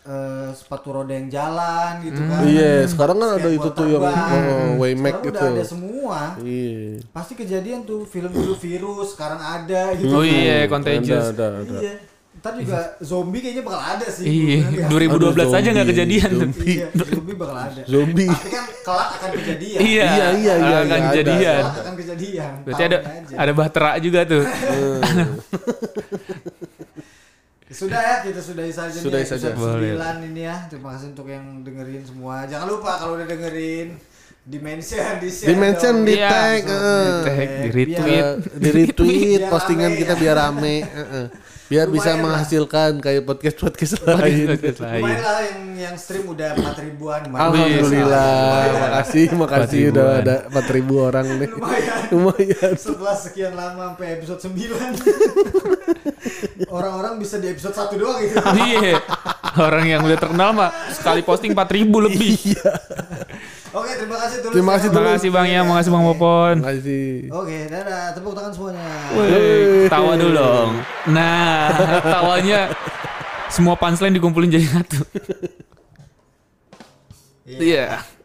S1: eh, sepatu roda yang jalan gitu
S3: Hmm.
S1: kan.
S2: Iya, sekarang kan ada itu
S1: Skateboard
S2: tuh yang
S1: terbang.
S2: oh, Waymac
S1: Iya. Sekarang
S2: itu.
S1: udah ada semua.
S2: Iya.
S1: Pasti kejadian tuh film dulu virus sekarang ada gitu. kan.
S3: Oh iya
S2: Ada,
S3: contagious
S2: ada, ada.
S1: Iya. Ntar juga zombie kayaknya bakal ada sih.
S3: Iya,
S1: Gua bilang ya.
S3: 2012 aja nggak
S2: zombie,
S3: kejadian.
S2: zombie.
S1: Iya, zombie bakal ada.
S2: Zombie.
S1: Tapi kan kelak akan kejadian.
S3: Iya,
S2: Iya, iya, iya,
S3: akan
S2: iya, ada.
S3: kejadian.
S1: Kelak akan kejadian.
S3: Berarti ada
S1: Tahunnya aja.
S3: ada bahtera juga tuh.
S1: Sudah ya, kita sudahi saja nih
S2: Sudahi
S1: episode
S2: saja.
S3: Boleh.
S1: 9 ini ya. Terima kasih untuk yang dengerin semua. Jangan lupa kalau udah dengerin di mention, di share.
S2: Di mention,
S1: dong.
S2: di
S3: Iya.
S2: tag, eh.
S3: Di tag, di
S1: Biar-
S3: retweet.
S2: Eh, di retweet
S1: Biar
S2: postingan
S1: rame,
S2: kita
S1: ya.
S2: biar rame, eh, eh. biar bisa
S1: Lumayan lah.
S2: menghasilkan kayak podcast podcast
S3: Oh,
S2: lain.
S1: Lumayan lah yang yang stream udah 4 ribuan.
S2: Alhamdulillah, makasih, makasih
S3: 4.000-an.
S2: udah ada 4000 orang nih. ya.
S1: Lumayan.
S2: Lumayan.
S1: Setelah sekian lama sampai episode 9 Orang-orang bisa di episode 1 doang gitu
S3: Iya. Orang yang udah terkenal mah sekali posting 4000 lebih.
S1: Oke terima kasih Tulus
S2: Terima kasih,
S3: Terima kasih Bang ya, makasih Bang Popon.
S2: Makasih.
S1: Oke dadah tepuk tangan semuanya
S3: Wih, Tawa dulu dong. Nah, tawanya semua punchline dikumpulin jadi satu.
S1: Iya.
S3: Iya.